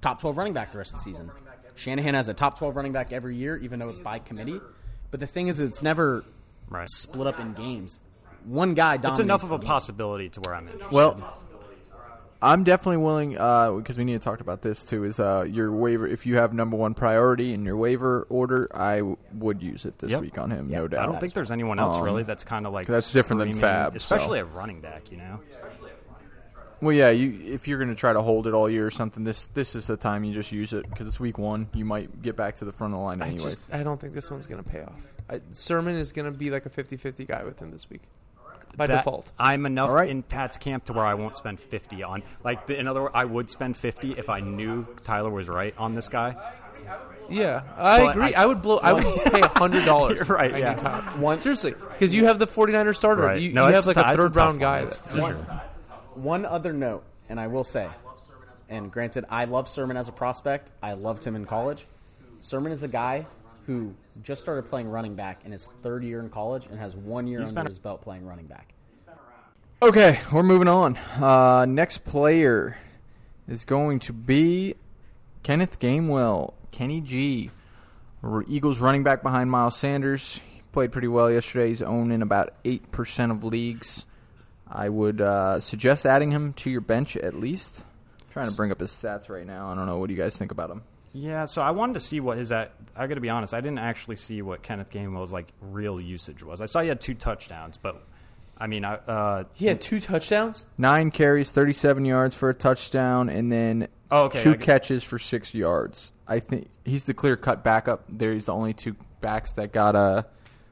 E: top 12 running back the rest of the season. Shanahan has a top 12 running back every year, even though it's by committee. But the thing is, it's never
F: Right.
E: split up in games. One guy dominates.
F: It's enough of
E: the
F: a
E: game.
F: possibility to where I'm interested.
D: Well, I'm definitely willing uh, because we need to talk about this too. Is uh, your waiver if you have number one priority in your waiver order, I w- would use it this
F: Yep.
D: week on him,
E: Yep.
D: no
E: I
D: doubt.
F: I don't think there's anyone else
D: Um,
F: really that's kind of like
D: that's different than
F: screaming,
D: Fab, so.
F: especially a running back. You know,
D: Well, yeah, you if you're going to try to hold it all year or something, this this is the time you just use it because it's week one. You might get back to the front of the line
B: I
D: anyway.
B: just I don't think this one's gonna pay off. I, Sermon is gonna be like a 50-50 guy with him this week by
F: That-
B: default.
F: I'm enough
D: All right.
F: in Pat's camp to where I won't spend 50 on. Like the, in other words, I would spend 50 if I knew Tyler was right on this guy.
B: Yeah, I
F: But
B: agree.
F: I-
B: I, would blow. I would pay hundred dollars.
F: You're right, yeah.
B: One seriously, because you have the 49er starter.
F: Right.
B: You,
F: No,
B: you
F: it's
B: have like
F: a
B: a
F: tou- it's a
B: third
F: tough
B: round
F: one.
B: guy.
F: It's
B: that-
F: for sure.
E: One other note, and I will say, and granted, I love Sermon as a prospect. I loved him in college. Sermon is a guy who just started playing running back in his third year in college and has one year under
F: been-
E: his belt playing running back.
D: Okay, we're moving on. Uh, next player is going to be Kenneth Gamewell, Kenny G, R- Eagles running back behind Miles Sanders. He played pretty well yesterday. He's owned in about eight percent of leagues. I would uh, suggest adding him to your bench at least. trying to bring up his stats right now. I don't know. What do you guys think about him?
F: Yeah, so I wanted to see what his at. I got to be honest, I didn't actually see what Kenneth Gainwell's like real usage was. I saw he had two touchdowns, but I mean, I uh,
B: He had two touchdowns.
D: Nine carries, 37 yards for a touchdown, and then
F: Oh, okay.
D: two
F: I get-
D: catches for six yards. I think he's the clear cut backup. There he's the only two backs that got uh,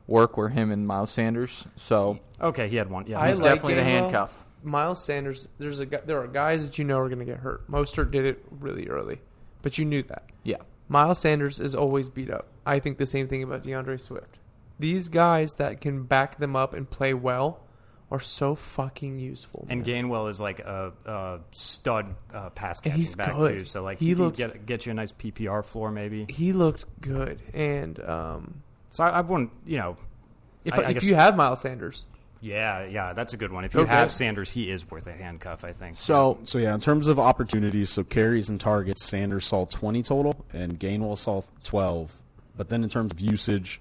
D: work were him and Miles Sanders. So
F: Okay, he had one. Yeah,
B: I
D: he's
F: he's-
B: like
D: definitely the
B: Gainwell.
D: handcuff.
B: Miles Sanders, there's a gu- there are guys that you know are going to get hurt. Mostert did it really early, but you knew that.
D: Yeah.
B: Miles Sanders is always beat up. I think the same thing about DeAndre Swift. These guys that can back them up and play well are so fucking useful.
F: and
B: man.
F: Gainwell is like a, a stud uh, pass
B: And
F: catching
B: he's
F: back
B: good.
F: too. So like
B: He
F: he, can
B: looked-
F: get get you a nice PPR floor maybe.
B: he looked good. And um,
F: So I, I wouldn't, you know,
B: if,
F: I- I
B: if
F: guess-
B: you have Miles Sanders,
F: yeah, yeah, that's a good one. If you
B: Okay.
F: have Sanders, he is worth a handcuff, I think.
D: So
E: So yeah, in terms of opportunities, so carries and targets, Sanders saw 20 total, and Gainwell saw 12. But then in terms of usage,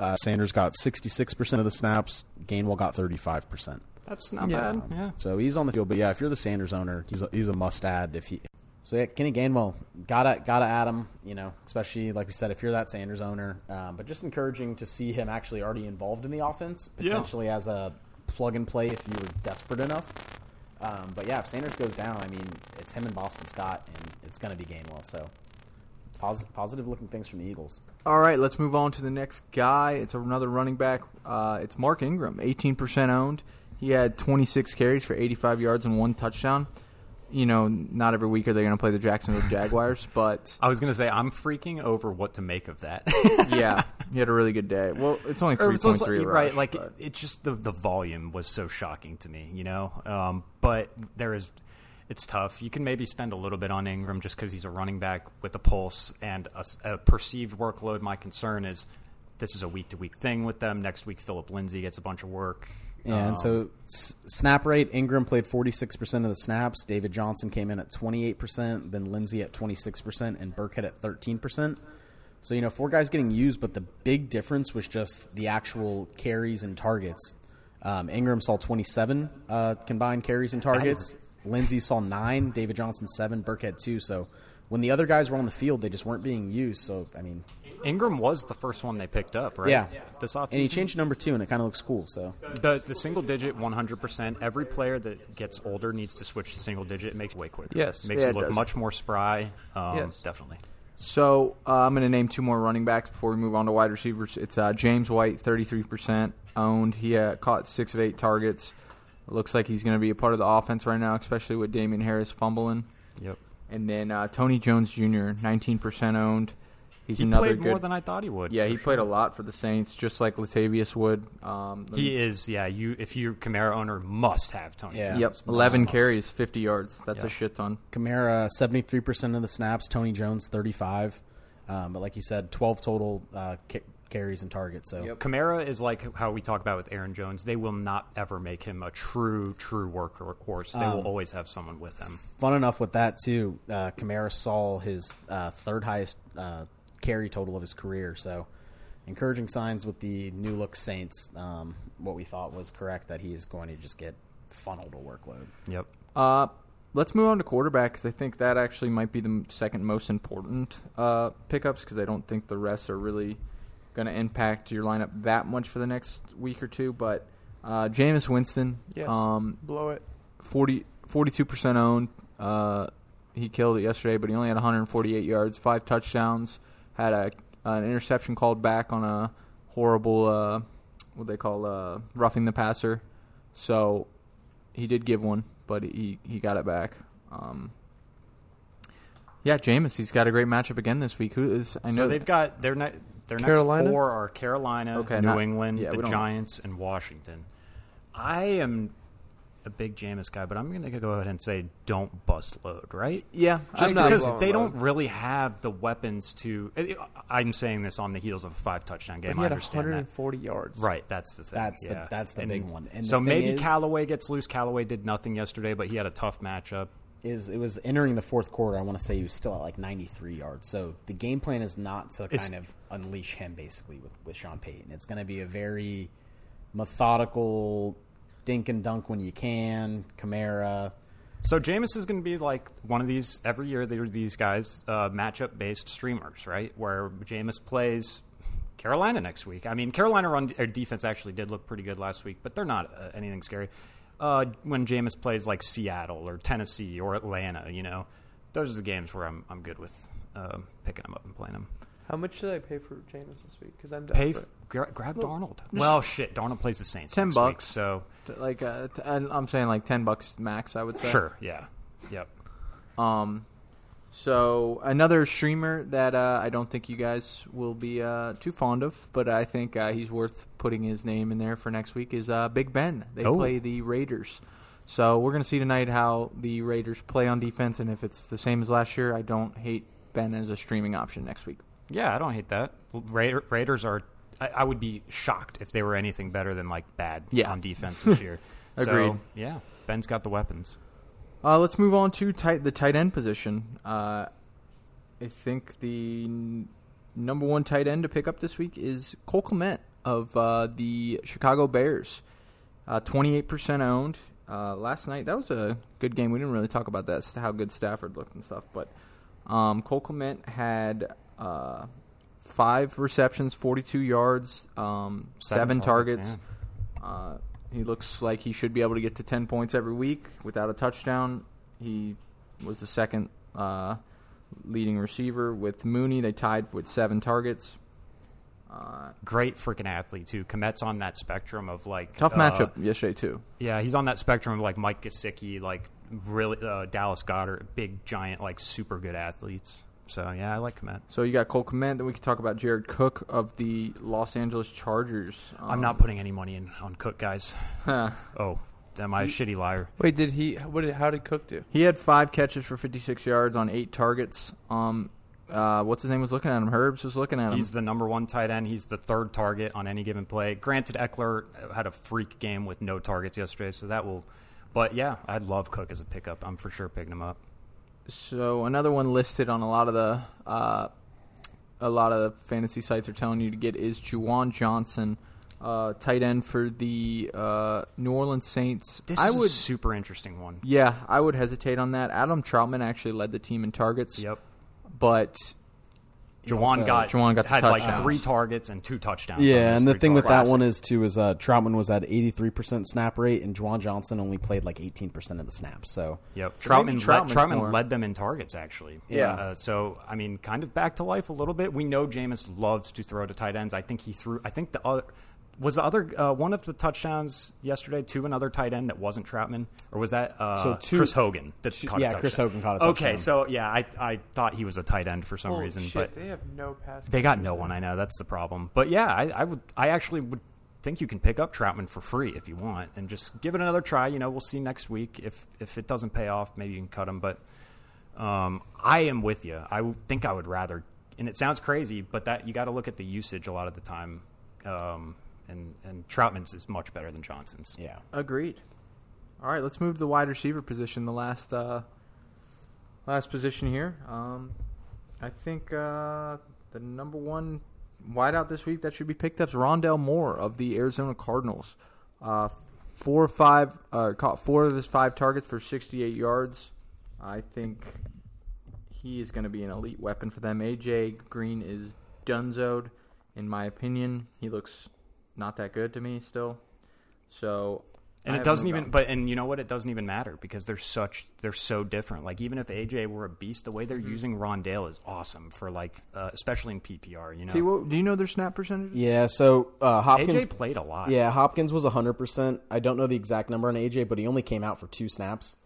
E: uh, Sanders got 66% of the snaps, Gainwell got 35%.
F: that's not
B: Yeah.
F: bad. Yeah.
E: So he's on the field. But yeah, if you're the Sanders owner, he's a, he's a must add. If he so yeah, Kenny Gainwell gotta gotta add him. You know, especially like we said, if you're that Sanders owner. Um, but just encouraging to see him actually already involved in the offense, potentially as a plug and play if you were desperate enough. Um, but yeah, if Sanders goes down, I mean, it's him and Boston Scott, and it's gonna be Gainwell. So pos- positive looking things from the Eagles.
D: all right, let's move on to the next guy. It's another running back. Uh, it's Mark Ingram, eighteen percent owned. He had twenty six carries for eighty five yards and one touchdown. You know, not every week are they going to play the Jacksonville Jaguars, but
F: I was gonna say I'm freaking over what to make of that.
D: yeah, he had a really good day. Well, it's only
F: Or
D: three
F: it's also-
D: point three,
F: right? Like it, it just the the volume was so shocking to me, you know. Um, but there is, it's tough. You can maybe spend a little bit on Ingram just because he's a running back with a pulse and a, s- a perceived workload. My concern is this is a week to week thing with them. Next week, Philip Lindsay gets a bunch of work. Um,
E: And so s- snap rate, Ingram played 46% of the snaps. David Johnson came in at 28%, then Lindsey at 26%, and Burkhead at 13%. So, you know, four guys getting used, but the big difference was just the actual carries and targets. Um, Ingram saw 27 uh, combined carries and targets. Lindsey saw nine, David Johnson seven, Burkhead two. So when the other guys were on the field, they just weren't being used. So, I mean,
F: Ingram was the first one they picked up, right?
E: Yeah.
F: This
E: and he
F: offseason.
E: changed number two, and it kind of looks cool. So,
F: The, the single digit 100%. Every player that gets older needs to switch to single digit. It makes it way quicker.
B: Yes.
F: Makes
D: Yeah,
F: it
D: it
F: look
D: does.
F: much more spry. Um,
B: Yes.
F: Definitely.
D: So uh, I'm going to name two more running backs before we move on to wide receivers. It's uh, James White, 33% owned. He uh, caught six of eight targets. Looks like he's going to be a part of the offense right now, especially with Damian Harris fumbling.
F: Yep.
D: And then uh, Tony Jones Jr., 19% owned. He's
F: He
D: another
F: played
D: good.
F: more than I thought he would.
D: yeah,
F: for
D: he
F: sure.
D: played a lot for the Saints, just like Latavius would. Um,
F: He is, yeah. You, if you're Camaro owner, must have Tony.
E: Yeah.
F: Jones.
D: Yep,
F: Must,
D: 11
F: must.
D: carries, 50 yards. That's
F: Yeah.
D: a shit ton.
E: Kamara, 73% of the snaps. Tony Jones, 35. Um, but like you said, 12 total uh, ca- carries and targets. So
F: Kamara is like how we talk about with Aaron Jones. They will not ever make him a true, true workhorse. They
D: Um,
F: will always have someone with him.
E: fun enough with that, too. Uh, Kamara saw his uh, third highest uh, carry total of his career. So encouraging signs with the new look Saints. Um, what we thought was correct that he is going to just get funneled a workload.
F: Yep.
D: Uh, let's move on to quarterback because I think that actually might be the m- second most important uh, pickups because I don't think the rest are really going to impact your lineup that much for the next week or two. But uh, Jameis Winston,
B: Yes.
D: um,
B: blow it.
D: 40, 42% owned. Uh, he killed it yesterday, but he only had 148 yards, five touchdowns, had a an interception called back on a horrible uh, what they call uh, roughing the passer. So he did give one, but he he got it back. Um, yeah, Jameis, he's got a great matchup again this week. Who is I know
F: so they've got their ne- their
B: Carolina?
F: next four are Carolina,
D: Okay,
F: New
D: not-
F: England,
D: yeah, we
F: the
D: don't-
F: Giants, and Washington. I am a big Jameis guy, but I'm going to go ahead and say don't bust load, right?
D: yeah,
F: Just
D: I'm not
F: because
D: blowing
F: they
D: it.
F: don't really have the weapons to. I'm saying this on the heels of a five touchdown game.
B: He
F: I
B: had
F: understand that.
B: 140 yards.
F: Right, that's the thing.
E: That's the-
F: yeah.
E: that's the
F: And
E: big one. And
F: so
E: the thing
F: maybe
E: is-
F: Callaway gets loose. Callaway did nothing yesterday, but he had a tough matchup.
E: Is it was entering the fourth quarter? I want to say he was still at like 93 yards. So the game plan is not to
F: It's-
E: kind of unleash him basically with, with Sean Payton. It's going to be a very methodical dink and dunk when you can. Kamara,
F: So Jameis is going to be like one of these every year. There are these guys, uh, matchup based streamers, right? Where Jameis plays Carolina next week. I mean, Carolina run or defense actually did look pretty good last week, but they're not uh, anything scary. Uh, when Jameis plays like Seattle or Tennessee or Atlanta, you know, those are the games where I'm I'm good with um, picking them up and playing them.
B: How much should I pay for Jameis this week? Because I'm
F: Pay
B: desperate.
F: f- gra- grab Darnold. Well, shit, Darnold plays the Saints.
D: 10
F: next week,
D: bucks.
F: so
D: T- Like uh, t- and I'm saying like ten bucks max. I would say.
F: sure, yeah, yep.
D: Um, so another streamer that uh, I don't think you guys will be uh, too fond of, but I think uh, he's worth putting his name in there for next week is uh, Big Ben. They
F: Oh.
D: play the Raiders, so we're gonna see tonight how the Raiders play on defense, and if it's the same as last year, I don't hate Ben as a streaming option next week.
F: Yeah, I don't hate that. Raider, Raiders are. I, I would be shocked if they were anything better than like bad
D: Yeah.
F: on defense this year.
D: Agreed.
F: So, yeah, Ben's got the weapons.
D: Uh, let's move on to tight the tight end position. Uh, I think the n- number one tight end to pick up this week is Cole Clement of uh, the Chicago Bears. Twenty eight percent owned. Uh, last night that was a good game. We didn't really talk about that s- how good Stafford looked and stuff, but um, Cole Clement had uh, five receptions, forty two yards, um, seven,
F: Seven targets,
D: targets. Uh, he looks like he should be able to get to 10 points every week without a touchdown. He was the second uh, leading receiver with Mooney. They tied with seven targets. Uh,
F: Great freaking athlete too. Komet's on that spectrum of like
D: tough
F: uh,
D: matchup yesterday, too.
F: Yeah, he's on that spectrum of like Mike Gesicki, like really uh, Dallas Goddard, big giant, like super good athletes. So yeah, I like Komet.
D: So you got Cole Komet. Then we can talk about Jared Cook of the Los Angeles Chargers.
F: I'm not
D: Um,
F: putting any money in on Cook, guys. Oh, am I a shitty liar?
B: Wait, did he? What? Did, how did Cook do?
D: He had five catches for 56 yards on eight targets. Um, uh, what's his name was looking at him? Herbs was looking
E: Um,
D: at him.
F: He's the number one tight end. He's the third target on any given play. Granted, Eckler had a freak game with no targets yesterday, so that will. But yeah, I'd love Cook as a pickup. I'm for sure picking him up.
D: So another one listed on a lot of the uh, a lot of fantasy sites are telling you to get is Juwan Johnson, uh, tight end for the uh, New Orleans Saints.
F: This
D: I
F: is a
D: would,
F: super interesting one.
D: yeah, I would hesitate on that. Adam Troutman actually led the team in targets,
F: Yep.
D: but
F: Jawan
E: also-
F: got,
D: Juwan got the
F: had like
D: touchdowns.
F: three targets and two touchdowns. on
E: Yeah,
F: those
E: and the
F: three
E: thing with that
F: targets.
E: one is too is uh, Troutman was at eighty three percent snap rate, and Juwan Johnson only played like eighteen percent of the snaps. So
F: Yep,
D: But
F: Troutman,
D: maybe
F: led,
D: Troutman's more-
F: Troutman led them in targets actually.
D: Yeah.
F: Uh, so I mean, kind of back to life a little bit. We know Jameis loves to throw to tight ends. I think he threw. I think the other was the other uh, one of the touchdowns yesterday to another tight end that wasn't Troutman, or was that uh,
E: So two-
F: Chris Hogan that caught a
E: yeah,
F: touchdown?
E: Chris Hogan caught a
F: Okay,
E: touchdown.
F: so yeah, I I thought he was a tight end for some
B: Holy
F: reason,
B: shit,
F: but
B: they have no pass.
F: they got
B: catchers
F: no
B: there.
F: one. I know that's the problem. But yeah, I, I would. I actually would think you can pick up Troutman for free if you want, and just give it another try. You know, we'll see next week. If if it doesn't pay off, maybe you can cut him. But um, I am with you. I would think I would rather. And it sounds crazy, but that you got to look at the usage a lot of the time. Um, and and Troutman's is much better than Johnson's.
E: yeah,
D: agreed. All right, let's move to the wide receiver position. The last uh, last position here. Um, I think uh, the number one wideout this week that should be picked up is Rondell Moore of the Arizona Cardinals. Uh, four or five uh, caught four of his five targets for 68 yards. I think he is going to be an elite weapon for them. AJ Green is dunzoed, in my opinion. He looks not that good to me still. So.
F: And
D: I
F: it
D: have
F: doesn't
D: no
F: even,
D: doubt.
F: but and you know what? It doesn't even matter because they're such, they're so different. Like even if AJ were a beast, the way they're
D: Mm-hmm.
F: using Rondale is awesome for like, uh, especially in PPR. You know,
D: See, what, do you know their snap percentage?
E: yeah. So uh, Hopkins,
F: AJ played Mm-hmm. a lot.
E: yeah, Hopkins was hundred percent. I don't know the exact number on AJ, but he only came out for two snaps.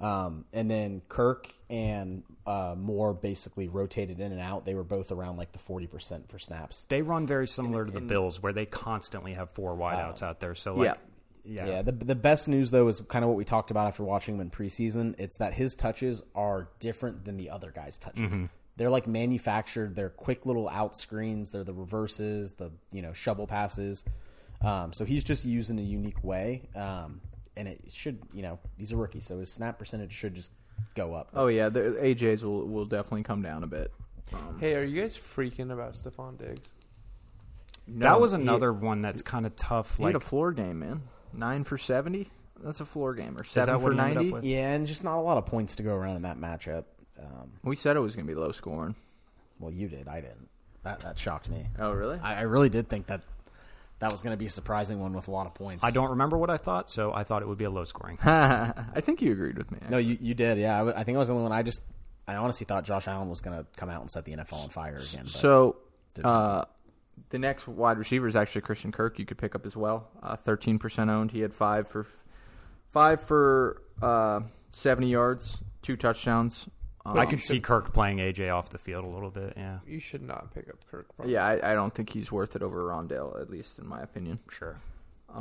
E: Um, and then Kirk and uh, Moore basically rotated in and out. They were both around like the forty percent for snaps.
F: they run very similar to the Bills, where they constantly have four wideouts out there. So like, yeah,
E: Yeah. the, the best news though is kind of what we talked about after watching him in preseason. It's that his touches are different than the other guys' touches. They're like manufactured. They're quick little out screens. They're the reverses, the you know shovel passes. Um, so he's just used in a unique way, um, and it should you know he's a rookie, so his snap percentage should just go up.
D: Oh yeah, the AJ's will will definitely come down a bit.
B: Hey, are you guys freaking about Stephon Diggs?
F: that was another one that's kind of tough.
D: He
F: Like,
D: had a floor game, man. Nine for seventy. That's a floor game. Or
F: that
D: seven
F: what
D: for
F: he ended up
D: ninety.
F: with?
E: Yeah, and just not a lot of points to go around in that matchup. Um,
D: We said it was going to be low scoring.
E: well, you did, I didn't. That that shocked me.
D: Oh really?
E: I, I really did think that that was going to be a surprising one with a lot of points.
F: I don't remember what I thought, so I thought it would be a low scoring.
D: I think you agreed with me.
E: No, you, you did. Yeah, I, w- I think I was the only one. I just I honestly thought Josh Allen was going to come out and set the NFL on fire again. But
D: So, uh, the next wide receiver is actually Christian Kirk. You could pick up as well. Uh, Thirteen percent owned. He had five for five for uh, seventy yards, two touchdowns. Um,
F: I could see Kirk playing AJ off the field a little bit. Yeah,
B: You should not pick up Kirk. Bro.
D: Yeah, I, I don't think he's worth it over Rondale, at least in my opinion.
F: sure.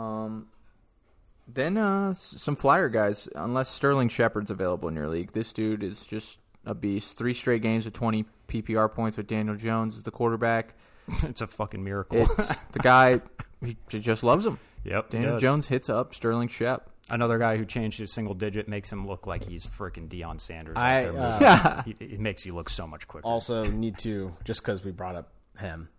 D: Then uh, s- some flyer guys, unless Sterling Shepard's available in your league. This dude is just a beast. Three straight games with 20 PPR points with Daniel Jones as the quarterback.
F: it's a fucking miracle.
D: It's the guy, he j- just loves him.
F: yep.
D: Daniel
F: does.
D: Jones hits up Sterling Shep.
F: another guy who changed his single digit makes him look like he's freaking Deion Sanders. out
E: I,
F: there
E: uh,
F: moving. he, it makes you look so much quicker.
E: also need to just because we brought up him.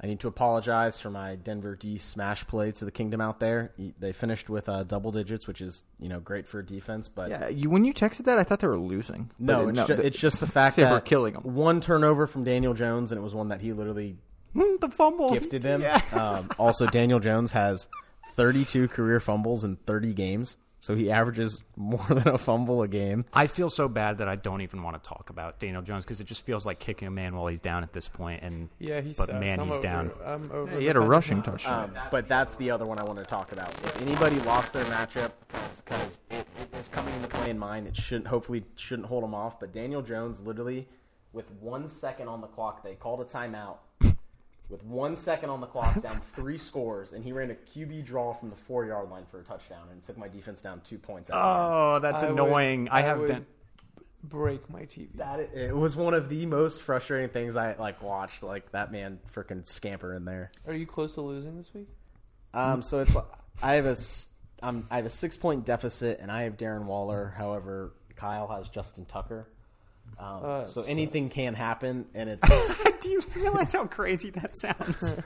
E: I need to apologize for my Denver D smash play to the kingdom out there. E- They finished with uh, double digits, which is you know great for defense, but
D: Yeah, you, when you texted that, I thought they were losing.
E: no,
D: But,
E: it's, ju-
D: th-
E: it's just the fact
D: they
E: that
D: were killing 'em.
E: One turnover from Daniel Jones, and it was one that he literally
F: the fumble.
E: gifted them. Um, also, Daniel Jones has 32 career fumbles in 30 games, so he averages more than a fumble a game.
F: I feel so bad that I don't even want to talk about Daniel Jones because it just feels like kicking a man while he's down at this point. And
B: Yeah, he
F: but
B: sucks.
F: man,
B: I'm
F: he's
B: over,
F: down.
B: I'm over
D: Yeah, he
B: the
D: had a
B: fact
D: rushing
B: that-
D: touchdown.
E: Um, but that's the other one I wanted to talk about. If anybody lost their matchup, because it, it is coming into play in mine, it shouldn't hopefully shouldn't hold them off. But Daniel Jones, literally, with one second on the clock, they called a timeout. with one second on the clock, down three scores, and he ran a QB draw from the four yard line for a touchdown, and took my defense down two points. At the end.
F: Oh, that's
B: I would-
F: annoying. I have
B: would
F: done.
B: break my TV.
E: That i- it was one of the most frustrating things I like watched. Like that man freaking scamper in there.
B: Are you close to losing this week?
E: Um, so it's like- I have a s- I'm, I have a six point deficit, and I have Darren Waller. However, Kyle has Justin Tucker. Um,
B: Oh, that
E: so
B: sucks.
E: anything can happen, and it's
F: Do you realize how crazy that sounds?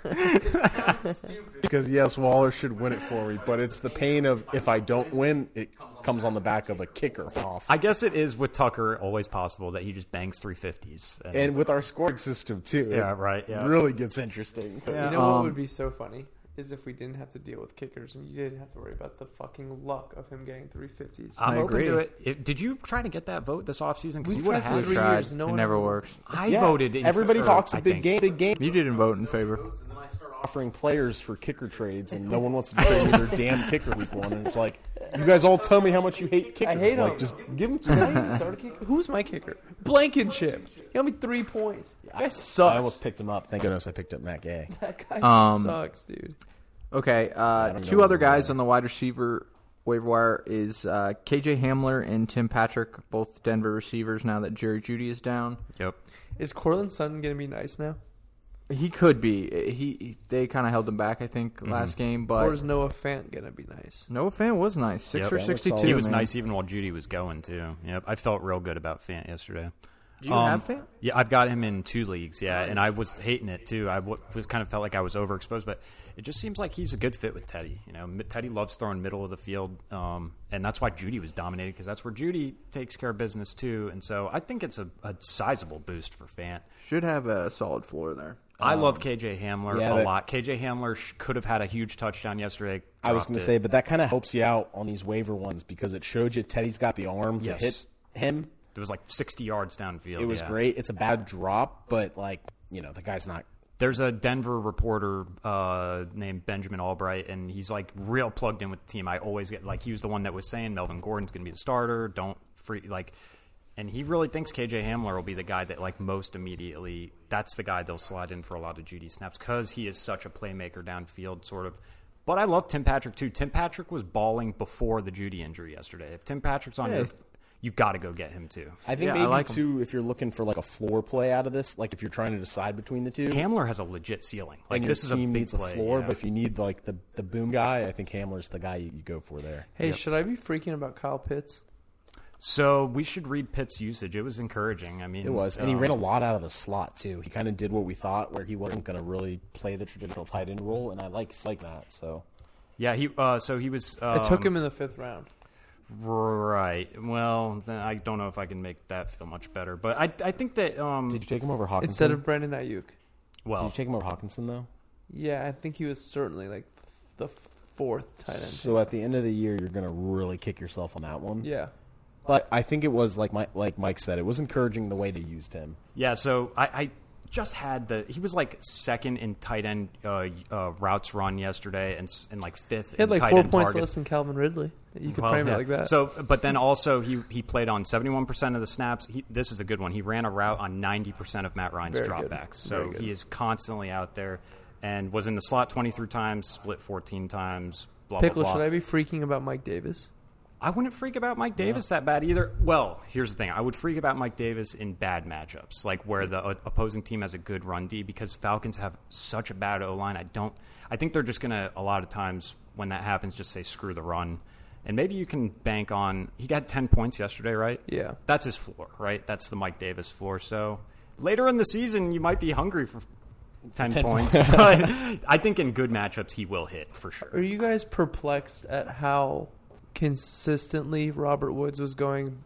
G: Because yes, Waller should win it for me, but it's the pain of if I don't win, it comes on the back of a kicker off.
F: I guess it is with Tucker always possible that he just bangs three fifties.
G: And with our scoring system too, it
F: Yeah, right, yeah.
G: really gets interesting.
B: You know what would be so funny is if we didn't have to deal with kickers and you didn't have to worry about the fucking luck of him getting 350s.
F: I'm
D: I
F: open
D: agree.
F: to it. If- ddid you try to get that vote this offseason? Because
B: We've
F: you would have
B: tried for
F: had
B: three
F: to.
D: Tried.
B: years, no
D: it
B: one-
D: never works.
F: I
G: Yeah,
F: voted. In
G: everybody
F: or,
G: talks
F: I
G: a big
F: think.
G: game, big game.
D: You didn't vote in favor.
E: and then I start off.
G: Offering players for kicker trades, and no one wants to trade me their damn kicker week one. And it's like, you guys all tell me how much you hate kickers.
B: hate
G: like,
B: them.
G: just give them to
B: Can
G: me.
B: I even start a kicker? Who's my kicker? Blankenship. He got me three points. That guy sucks.
E: I almost picked him up. Thank goodness I picked up Matt Gay.
B: that guy sucks, dude.
D: Okay, uh,
E: don't
D: two
E: know
D: other
E: where
D: guys on the wide receiver waiver wire is uh, KJ Hamler and Tim Patrick, both Denver receivers. Now that Jerry Judy is down,
F: Yep.
B: Is Cortland Sutton gonna be nice now?
D: he could be. He, he they kind of held him back, I think,
E: Mm-hmm.
D: last game.
B: Or is
D: But
B: Noah Fant gonna be nice?
D: Noah Fan was nice, six
F: Yep.
D: for
F: Fan was
D: sixty-two.
F: He was
D: man.
F: nice even while Judy was going too. Yep, I felt real good about Fant yesterday. Um,
D: Do you have Fant?
F: Yeah, I've got him in two leagues. Yeah, and I was hating it too. I w- was kind of felt like I was overexposed, but it just seems like he's a good fit with Teddy. You know, M- Teddy loves throwing middle of the field, um, and that's why Judy was dominated because that's where Judy takes care of business too. And so I think it's a, a sizable boost for Fant.
D: Should have a solid floor there.
F: I love KJ Hamler
E: Um, yeah,
F: a
E: that-
F: lot. KJ Hamler sh- could have had a huge touchdown yesterday.
E: I was
F: dropped
E: going to
F: it.
E: say, but that kind of helps you out on these waiver ones because it showed you Teddy's got the arm to
F: Yes.
E: hit him.
F: it was like sixty yards downfield.
E: It was
F: yeah.
E: great. It's a bad drop, but like you know, the guy's not
F: there's a Denver reporter uh, named Benjamin Albright, and he's like real plugged in with the team. I always get like he was the one that was saying Melvin Gordon's going to be the starter. Don't free like, and he really thinks KJ Hamler will be the guy that like most immediately. That's the guy they'll slide in for a lot of Judy snaps because he is such a playmaker downfield, sort of. But I love Tim Patrick too. Tim Patrick was balling before the Judy injury yesterday. If Tim Patrick's on
D: Yeah.
F: your, you got to go get him too.
E: I think
D: Yeah, I
E: maybe
D: like 'em.
E: too, if you're looking for like a floor play out of this, like if you're trying to decide between the two,
F: Hamler has a legit ceiling. Like
E: and your
F: this is a
E: team
F: big
E: needs
F: play,
E: a floor,
F: yeah.
E: but if you need like the, the boom guy, I think Hamler's the guy you, you go for there.
B: Hey, should I be freaking about Kyle Pitts?
F: So we should read Pitt's usage. It was encouraging. I mean,
E: It was, and he
F: um,
E: ran a lot out of the slot too. He kind of did what we thought, where he wasn't going to really play the traditional tight end role, and I like like that. So
F: Yeah, he. Uh, so he was. Um,
B: I took him in the fifth round.
F: right. Well, then I don't know if I can make that feel much better, but I, I think that. Um,
E: did you take him over Hawkinson?
B: Instead of Brandon Ayuk.
E: did you
F: well,
E: take him over Hawkinson though?
B: Yeah, I think he was certainly like the fourth tight end.
E: So at the end of the year, you're going to really kick yourself on that one.
B: Yeah.
E: But I think it was like Mike, like Mike said, it was encouraging the way they used him.
F: Yeah, so I, I just had the. He was like second in tight end uh, uh, routes run yesterday, and s- and like fifth.
B: He had
F: in
B: like
F: tight
B: four
F: end
B: points
F: targets.
B: less than Calvin Ridley. You could
F: Well,
B: frame
F: yeah.
B: it like that.
F: So, but then also he he played on seventy one percent of the snaps. He, this is a good one. He ran a route on ninety percent of Matt Ryan's
B: Very good.
F: dropbacks. So
B: Very good.
F: he is constantly out there, and was in the slot twenty three times, split fourteen times. Blah
B: Pickle,
F: blah
B: should
F: blah.
B: I be freaking about Mike Davis?
F: I wouldn't freak about Mike Davis that bad either. Well, here's the thing: I would freak about Mike Davis in bad matchups, like where the uh, opposing team has a good run D, because Falcons have such a bad O line. I don't. I think they're just gonna a lot of times when that happens, just say screw the run, and maybe you can bank on. He got ten points yesterday, right?
B: Yeah.
F: that's his floor, right? That's the Mike Davis floor. So later in the season, you might be hungry for. 10, points, but I think in good matchups he will hit for
B: Are
F: sure.
B: you guys perplexed at how consistently Robert Woods was going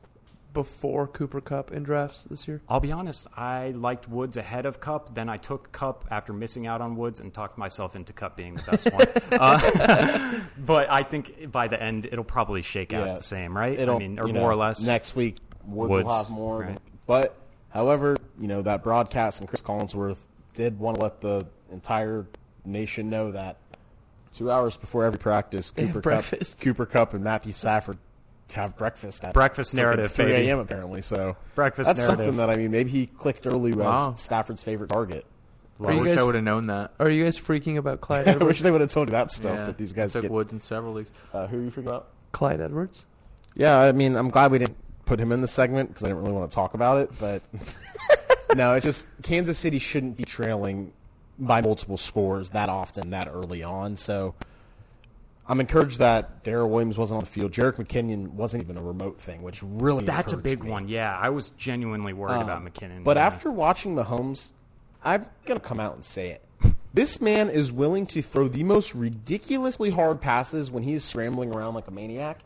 B: before Cooper Cup in drafts this year?
F: I'll be honest, I liked Woods ahead of Cup. Then I took Cup after missing out on Woods and talked myself into Cup being the best one. Uh, but I think by the end, it'll probably shake
E: Yeah.
F: out the same, right?
E: It'll,
F: I mean, or
E: you
F: more
E: know,
F: or less.
E: Next week, Woods,
F: Woods,
E: will have more.
F: right.
E: But, however, you know, that broadcast and Chris Collinsworth did want to let the entire nation know that two hours before every practice,
B: have
E: Cooper
B: breakfast.
E: Cup, Cooper Cup and Matthew Stafford have breakfast at
F: Breakfast
E: freaking
F: narrative,
E: 3
F: baby.
E: a.m. apparently. So
F: Breakfast
E: that's
F: narrative.
E: something that I mean. Maybe he clicked early
D: Wow.
E: as Stafford's favorite target.
B: Are
D: I
B: you
D: wish
B: guys-
D: I would have known that.
B: Are you guys freaking about Clyde
E: I
B: Edwards?
E: wish they would have told you that stuff
D: Yeah.
E: that these guys
D: took
E: get.
D: Woods in several leagues.
E: Uh, who are you freaking about?
B: Clyde Edwards?
E: Yeah, I mean, I'm glad we didn't put him in the segment because I didn't really want to talk about it. But no, it's just Kansas City shouldn't be trailing by multiple scores that often, that early on. So I'm encouraged that Darrell Williams wasn't on the field. Jarek McKinnon wasn't even a remote thing, which really
F: That's a
E: encouraged
F: big
E: me. Uh,
F: one. Yeah, I was genuinely worried about McKinnon.
E: But
F: Yeah.
E: after watching Mahomes, I'm gonna come out and say it. This man is willing to throw the most ridiculously hard passes when he is scrambling around like a maniac.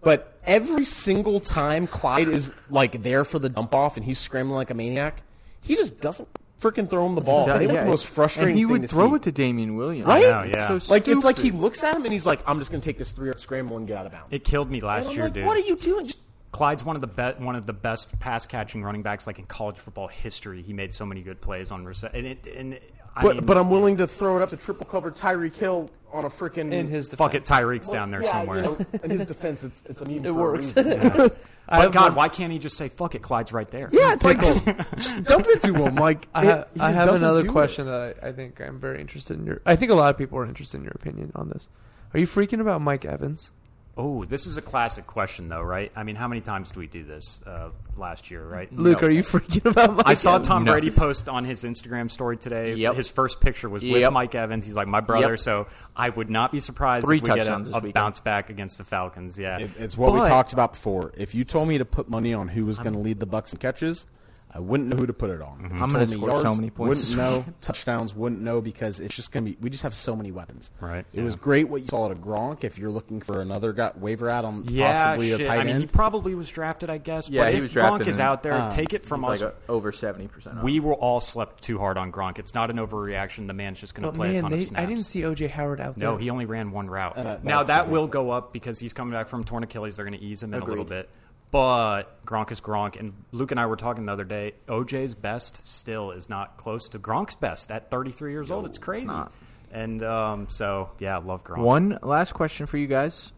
E: But every single time Clyde is like there for the dump off and he's scrambling like a maniac, he just doesn't freaking throw him the ball. That is the most frustrating.
D: And he
E: thing
D: would
E: to
D: throw
E: see.
D: it to Damian Williams.
E: Right?
F: I know, yeah.
D: It's so
E: Like it's like he
D: stupid.
E: looks at him and he's like, "I'm just gonna take this three yard scramble and get out of bounds."
F: it killed me last
E: And I'm
F: year,
E: like,
F: dude.
E: What are you doing? Just
F: Clyde's one of the be- one of the best pass catching running backs, like in college football history. He made so many good plays on rece- and it and I
E: but
F: mean,
E: but I'm willing to throw it up to triple cover Tyreek Hill on a freaking
B: In his defense.
F: fuck it, Tyreek's down there somewhere.
E: You know, in his defense, it's, it's a meme. It
B: works.
E: A reason. yeah.
B: I
F: But
B: have
F: God,
B: one-
F: why can't he just say "fuck it"? Clyde's right there.
D: Yeah, it's like just, just dump it to him. Like
B: I,
D: it-
B: ha-
D: he
B: I
D: just
B: have
D: doesn't
B: another
D: do it.
B: question that I, I think I'm very interested in your. I think a lot of people are interested in your opinion on this. Are you freaking about Mike Evans?
F: Oh, this is a classic question, though, right? I mean, how many times did we do this uh, last year, right?
B: Luke, are you freaking about Mike?
F: I saw Tom
D: No.
F: Brady post on his Instagram story today.
D: Yep.
F: His first picture was with
D: Yep.
F: Mike Evans. He's like my brother,
D: Yep.
F: so I would not be surprised
D: Three
F: if we get a,
D: touchdowns this
F: a
D: weekend.
F: bounce back against the Falcons. Yeah,
E: It- it's what
B: But-
E: we talked about before. If you told me to put money on who was going to lead the Bucks in catches, I wouldn't know who to put it on. If you
D: I'm gonna
E: told me
D: score so many points this
E: Wouldn't know touchdowns. Wouldn't know because it's just going to be. We just have so many weapons.
F: Right,
E: It was
F: yeah.
E: great what you saw at a Gronk. If you're looking for another got waiver out on
F: yeah,
E: possibly
F: shit.
E: a tight
F: I mean,
E: end.
F: he probably was drafted, I guess.
D: Yeah,
F: but
D: he
F: if
D: was
F: Gronk
D: drafted
F: is
D: and- uh,
F: out there, take it from us.
D: He's like a- over seventy percent.
F: we were all slept too hard on Gronk. It's not an overreaction. The man's just going to
B: But
F: play a
B: man,
F: ton
B: they,
F: of snaps.
B: I didn't see OJ Howard out there.
F: No, he only ran one route.
E: that-
F: now
E: that's
F: that
E: the-
F: will go up because he's coming back from torn Achilles. They're going to ease him in a little
D: Agreed.
F: bit. But Gronk is Gronk, and Luke and I were talking the other day. OJ's best still is not close to Gronk's best at 33 years old. It's crazy.
D: not.
F: and um, so, yeah, I love Gronk.
D: One last question for you guys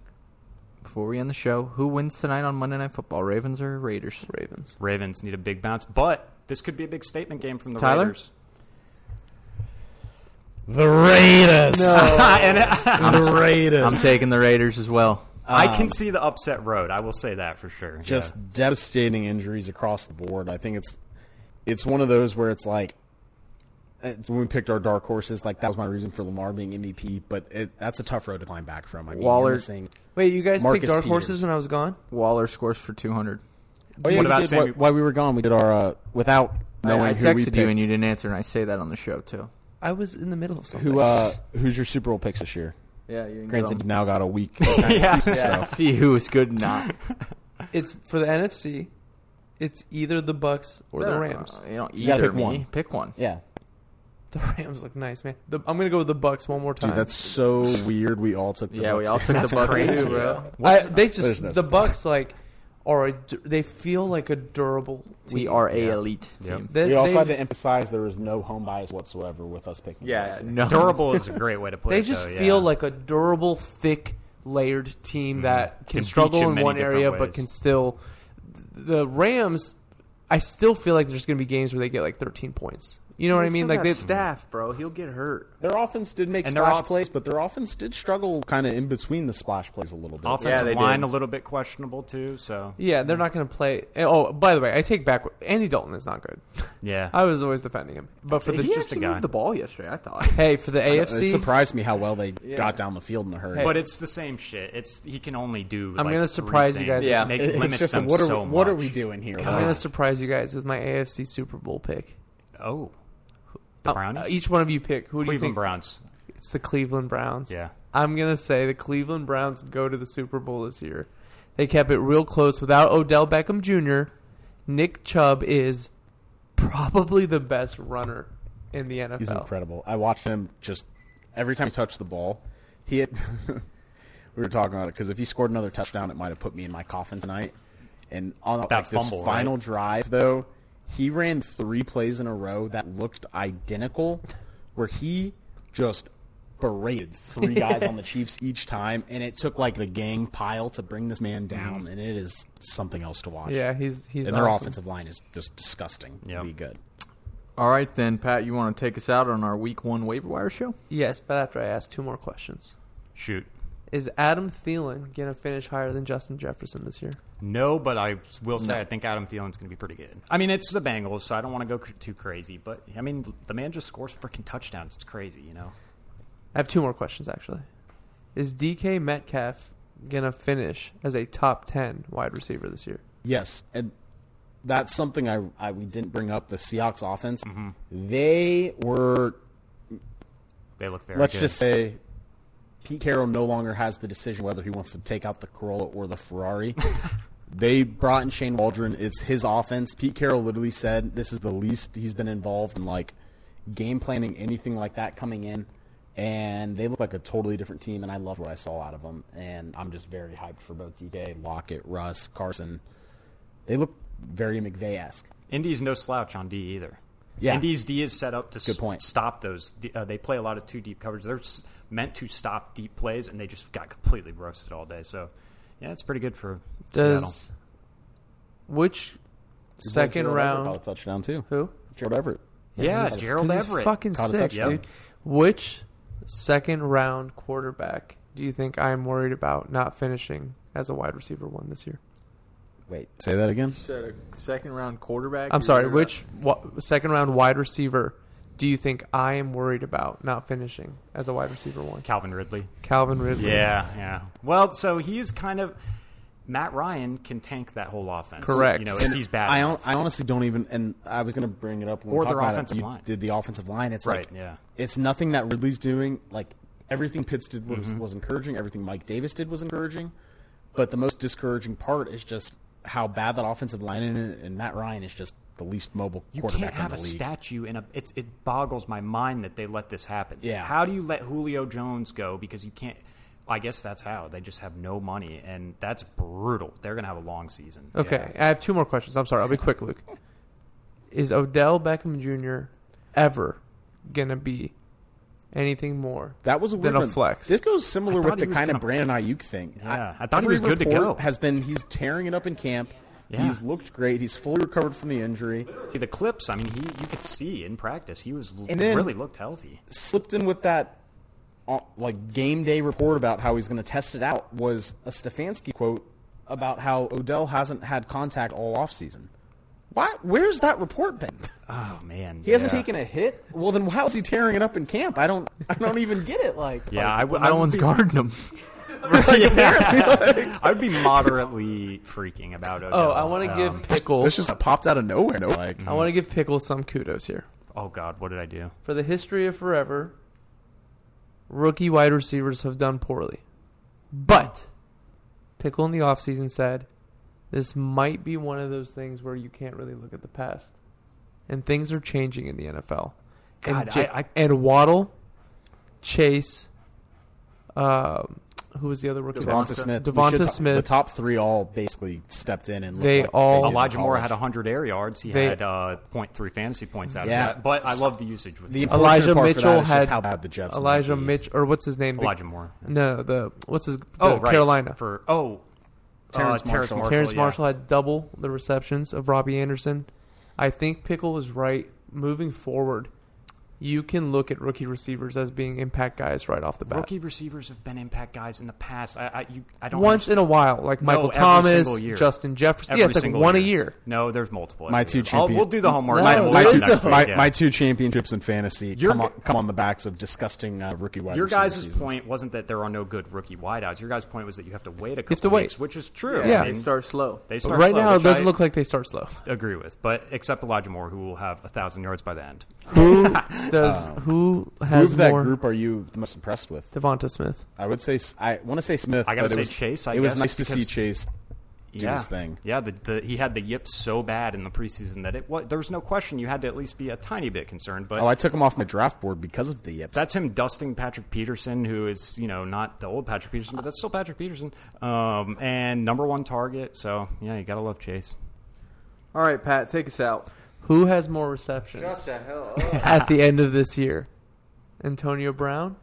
D: before we end the show: Who wins tonight on Monday Night Football? Ravens or Raiders?
B: Ravens.
F: Ravens need a big bounce, but this could be a big statement game from the
D: Tyler?
F: Raiders.
E: the Raiders.
F: and I,
E: the Raiders.
D: I'm taking the Raiders as well.
F: I can see the upset road. I will say that for sure.
E: just devastating injuries across the board. I think it's it's one of those where it's like it's when we picked our dark horses, like that was my reason for Lamar being MVP, but it, that's a tough road to climb back from. I mean,
D: Waller-
E: you're missing.
B: Wait, you guys
E: Marcus
B: picked dark
E: Peters.
B: horses when I was gone?
D: Waller scores for 200.
E: Oh, yeah,
F: What
E: we
F: about
E: did,
F: Sammy-
E: wh- while we were gone? We did our uh, without knowing
D: I, I
E: who we
D: texted
E: picked,
D: you and you didn't answer, and I say that on the show too.
B: I was in the middle of something.
E: Who uh, who's your Super Bowl picks this year?
D: Yeah, you
E: Granted, you now got a week. to kind of see some stuff.
D: see who is good and not.
E: Uh,
B: it's for the NFC. It's either the Bucks or the
D: Uh,
B: Rams.
D: You don't
E: gotta
D: either
E: pick
D: me.
E: one.
D: Pick one.
E: Yeah,
B: The Rams look nice, man. The, I'm gonna go with the Bucks one more time.
E: dude, that's so weird. We all took. The
D: Yeah, we
E: Bucks.
D: all took the Bucks
F: crazy.
D: too, bro.
B: I, they just
E: There's no
B: the Bucks like are a, du- they feel like a durable team.
D: We are a
F: Yeah.
D: elite
F: Yep.
D: team.
B: They-
E: We also
B: they-
E: had to emphasize there was no home bias whatsoever with us picking.
D: Yeah,
E: Boston.
D: no.
F: Durable is a great way to put
B: They
F: it.
B: just
F: though,
B: feel
F: yeah. Mm-hmm.
B: like a durable, thick, layered team that can,
F: Can beat
B: struggle
F: you
B: in
F: many
B: one
F: different
B: area but
F: ways.
B: can still. The Rams, I still feel like there's going to be games where they get like 13 points. You know what I mean? Like they,
D: staff, bro. He'll get hurt.
E: Their offense did make
F: And their
E: splash
F: off-
E: plays, but their offense did struggle kind of in between the splash plays a little bit.
D: Yeah,
F: offensive
D: they
F: line
D: did.
F: a little bit questionable too. So
B: yeah, they're not going to play. Oh, by the way, I take back. Andy Dalton is not good.
F: yeah,
B: I was always defending him, but for the
D: he
F: just a
D: actually
F: guy.
D: moved the ball yesterday. I thought.
B: hey for the
E: It
B: AFC,
E: surprised me how well they got down the field in a hurry.
F: but it's the same shit. It's he can only do.
B: I'm
F: like,
B: gonna
F: three
B: surprise you guys.
F: things.
D: Yeah.
F: Make-
E: It- it's
F: limits
E: just a,
F: them
E: what are
F: so
E: we, what are
F: much.
E: we doing here?
B: I'm going to surprise you guys with my AFC Super Bowl pick.
F: Oh, the
B: Uh,
F: Brownies.
B: each one of you pick. Who do you
F: Cleveland
B: think?
F: Browns.
B: It's the Cleveland Browns.
F: Yeah.
B: I'm gonna say the Cleveland Browns go to the Super Bowl this year. They kept it real close without Odell Beckham Jr. Nick Chubb is probably the best runner in the NFL.
E: He's incredible. I watched him just every time he touched the ball. He had. we were talking about it because if he scored another touchdown, it might have put me in my coffin tonight. And on
F: That
E: like, this
F: fumble, right?
E: final drive, though, he ran three plays in a row that looked identical, where he just berated three guys on the Chiefs each time, and it took like the gang pile to bring this man
F: Mm-hmm.
E: down, and it is something else to watch.
B: Yeah, he's he's
E: and their
B: awesome.
E: offensive line is just disgusting.
F: Yep.
E: Be good.
D: All right, then, Pat. You want to take us out on our Week One waiver wire show?
B: Yes, but after I ask two more questions,
F: Shoot.
B: is Adam Thielen gonna finish higher than Justin Jefferson this year?
F: No, but I will say I think Adam Thielen's going to be pretty good. I mean, it's the Bengals, so I don't want to go cr- too crazy. But I mean, the man just scores freaking touchdowns. It's crazy, you know.
B: I have two more questions actually. Is DK Metcalf gonna finish as a top ten wide receiver this year?
E: Yes, and that's something I, I we didn't bring up. The Seahawks offense, they were.
F: They look very.
E: let's
F: good.
E: just say, Pete Carroll no longer has the decision whether he wants to take out the Corolla or the Ferrari. they brought in Shane Waldron. It's his offense. Pete Carroll literally said this is the least he's been involved in like game planning anything like that coming in. And they look like a totally different team, and I loved what I saw out of them. And I'm just very hyped for both DK, Lockett, Russ, Carson. They look very McVay-esque.
F: Indy's no slouch on D either.
E: Yeah.
F: Indy's D is set up to
E: Good
F: s-
E: point.
F: stop those. D- Uh, they play a lot of two deep coverage. They're s- meant to stop deep plays, and they just got completely roasted all day. So, yeah, it's pretty good for Seattle.
B: Does which second
E: Gerald Everett
B: round?
E: caught a touchdown too.
B: Who?
E: Gerald Everett.
F: Yeah,
E: he's-
F: Gerald
B: 'Cause he's
F: Everett.
B: fucking
E: Caught a
B: sick,
E: touchdown.
B: dude. Which second round quarterback do you think I'm worried about not finishing as a wide receiver one this year?
E: Wait, say that again.
D: Said a second round quarterback.
B: I'm sorry, which wa- second round wide receiver do you think I am worried about not finishing as a wide receiver one?
F: Calvin Ridley.
B: Calvin Ridley.
F: Yeah, yeah. Well, so he's kind of Matt Ryan can tank that whole offense.
B: Correct.
F: You know, if
E: And
F: he's bad.
E: I, hon- I honestly don't even. And I was going to bring it up. When we
F: Or
E: talked
F: their
E: about it,
F: offensive
E: you
F: line.
E: Did the offensive line? It's like
F: Right, yeah.
E: It's nothing that Ridley's doing. Like everything Pitts did was,
F: Mm-hmm.
E: was encouraging. Everything Mike Davis did was encouraging. But the most discouraging part is just how bad that offensive line and, and Matt Ryan is just the least mobile
F: you
E: quarterback
F: can't have
E: in
F: a
E: the league.
F: statue in a. It's, it boggles my mind that they let this happen.
E: Yeah.
F: How do you let Julio Jones go because you can't? I guess that's how they just have no money, and that's brutal. They're gonna have a long season.
B: Okay, I have two more questions. I'm sorry, I'll be quick, Luke. Is Odell Beckham Jr. ever gonna be anything more?
E: That was a
B: Than
E: weird
B: a
E: one.
B: flex.
E: This goes
F: I
E: similar
F: thought
E: with
F: he
E: the
F: was
E: kind
F: gonna-
E: of Brandon Ayuk thing.
F: Yeah, I thought he
E: every
F: was good to
E: report
F: go.
E: Has been he's tearing it up in camp.
F: Yeah.
E: He's looked great. He's fully recovered from the injury.
F: The clips. I mean, he you could see in practice he was
E: And then-
F: really looked healthy.
E: Slipped in with that uh, like game day report about how he's going to test it out was a Stefanski quote about how Odell hasn't had contact all offseason. Why? Where's that report been?
F: Oh man,
E: He hasn't taken a hit. Well, then how is he tearing it up in camp? I don't. I don't even get it. Like,
F: Yeah, I would. I
D: No
F: would
D: one's
F: be-
D: guarding him.
F: Yeah. I'd be moderately freaking about Odell.
B: Oh, I want to
F: Um,
B: give Pickle.
D: This just popped out of nowhere. No, like
B: I want to give Pickle some kudos here
F: Oh God, what did I do?
B: for the history of forever. Rookie wide receivers have done poorly, but Pickle in the offseason said this might be one of those things where you can't really look at the past, and things are changing in the NFL. and,
F: God,
B: Ja-
F: I- I-
B: and Waddle, Chase, um, who was the other rookie?
E: Devonta Smith. We
B: Devonta
E: should ta-
B: Smith.
E: The top three all basically stepped in and looked
B: They
E: like
B: all-
E: did in
F: Elijah Moore
E: college.
F: had 100 air yards. He
B: They-
F: had uh, 0.3 fantasy points out
E: Yeah.
F: of that. But I love the usage with
E: The
F: him.
E: unfortunate
B: Elijah
E: part for
B: Mitchell
E: that is just
B: had-
E: how bad the Jets. might
B: Elijah
E: be.
B: Mitch or what's his name?
F: Elijah Moore.
B: No, the what's his? The
F: Oh, right.
B: Carolina.
F: For, oh,
E: Terrence
F: uh, Terrence
E: Marshall.
F: Marshall.
B: Terrence
F: yeah.
B: Marshall had double the receptions of Robbie Anderson. I think Pickle is right. Moving forward, you can look at rookie receivers as being impact guys right off the bat.
F: Rookie receivers have been impact guys in the past. I, I, you, I don't
B: Once in a while, like
F: No,
B: Michael
F: every single
B: Thomas,
F: year.
B: Justin Jefferson.
F: Every
B: yeah, it's like
F: single
B: one a
F: year.
B: year.
F: No, there's multiple.
E: My
F: every
E: two
F: year. I'll-
E: champion-
F: We'll do the homework.
B: No,
F: and
E: My,
F: we'll
E: my,
F: do
B: what
E: two,
B: is
F: next
B: the-
F: week,
E: my,
F: yeah.
E: my two championships in fantasy
F: Oh, Your
E: come,
F: gu-
E: on, come on the backs of disgusting uh, rookie wide
F: Your
E: receiver
F: guys'
E: seasons.
F: point wasn't that there are no good rookie wideouts. Your guys' point was that you have to wait a couple
B: have to wait.
F: weeks, which is true.
B: Yeah.
F: I
D: They
F: mean,
D: start slow.
F: they
B: But
F: start
B: right
F: slow,
B: now, it
F: which
B: doesn't
F: I
B: look like they start slow.
F: agree with, but except Elijah Moore, who will have a thousand yards by the end.
B: Who does?
F: Um,
B: who
E: Who
B: has
E: of that
B: more?
E: group are you the most impressed with?
B: Devonta Smith.
E: I would say S- I want to say Smith.
F: I gotta
E: but it
F: say
E: was-
F: Chase, I
E: it was
F: guess,
E: nice to see
F: because-
E: Chase do his thing.
F: Yeah, the, the, he had the yips so bad in the preseason that it was, there was no question you had to at least be a tiny bit concerned. But
E: Oh, I took him off my draft board because of the yips.
F: that's him dusting Patrick Peterson, who is you know not the old Patrick Peterson, but that's still Patrick Peterson, um, and number one target. So yeah, you gotta love Chase.
D: All right, Pat, take us out.
B: Who has more receptions
D: hell
B: at the end of this year? Antonio Brown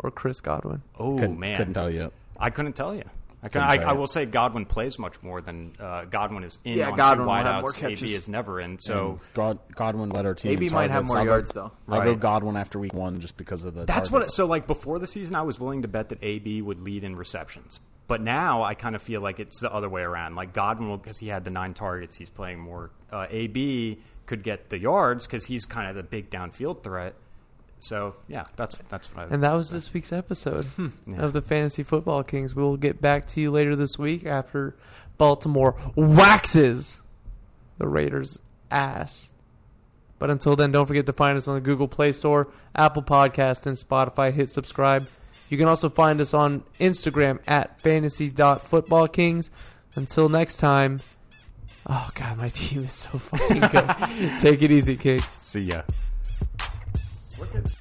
B: or Chris Godwin?
F: Oh
E: couldn't,
F: man,
E: couldn't tell you.
F: I couldn't tell you. I, couldn't,
E: Couldn't
F: I,
E: tell
F: I
E: you.
F: will say Godwin plays much more than uh, Godwin is in
D: Yeah,
F: on
D: Godwin
F: two
D: will have more
F: wideouts. AB
D: catches.
F: is never in. So
E: God, Godwin led our team.
D: AB
E: in
D: might have
E: targets.
D: more
E: I'll go-
D: yards, though.
E: I'll go
F: Right.
E: Godwin after week one just because of the.
F: that's what.
E: targets.
F: So like before the season, I was willing to bet that AB would lead in receptions, but now I kind of feel like it's the other way around. Like Godwin, will because he had the nine targets, he's playing more. Uh, AB could get the yards because he's kind of the big downfield threat. So yeah, that's that's what I.
B: And that was this week's episode of the Fantasy Football Kings. We will get back to you later this week after Baltimore waxes the Raiders' ass. But until then, don't forget to find us on the Google Play Store, Apple Podcast, and Spotify. Hit subscribe. You can also find us on Instagram at fantasy.footballkings. Until next time, oh God, my team is so fucking good. Take it easy, Kings.
F: see ya. We're good.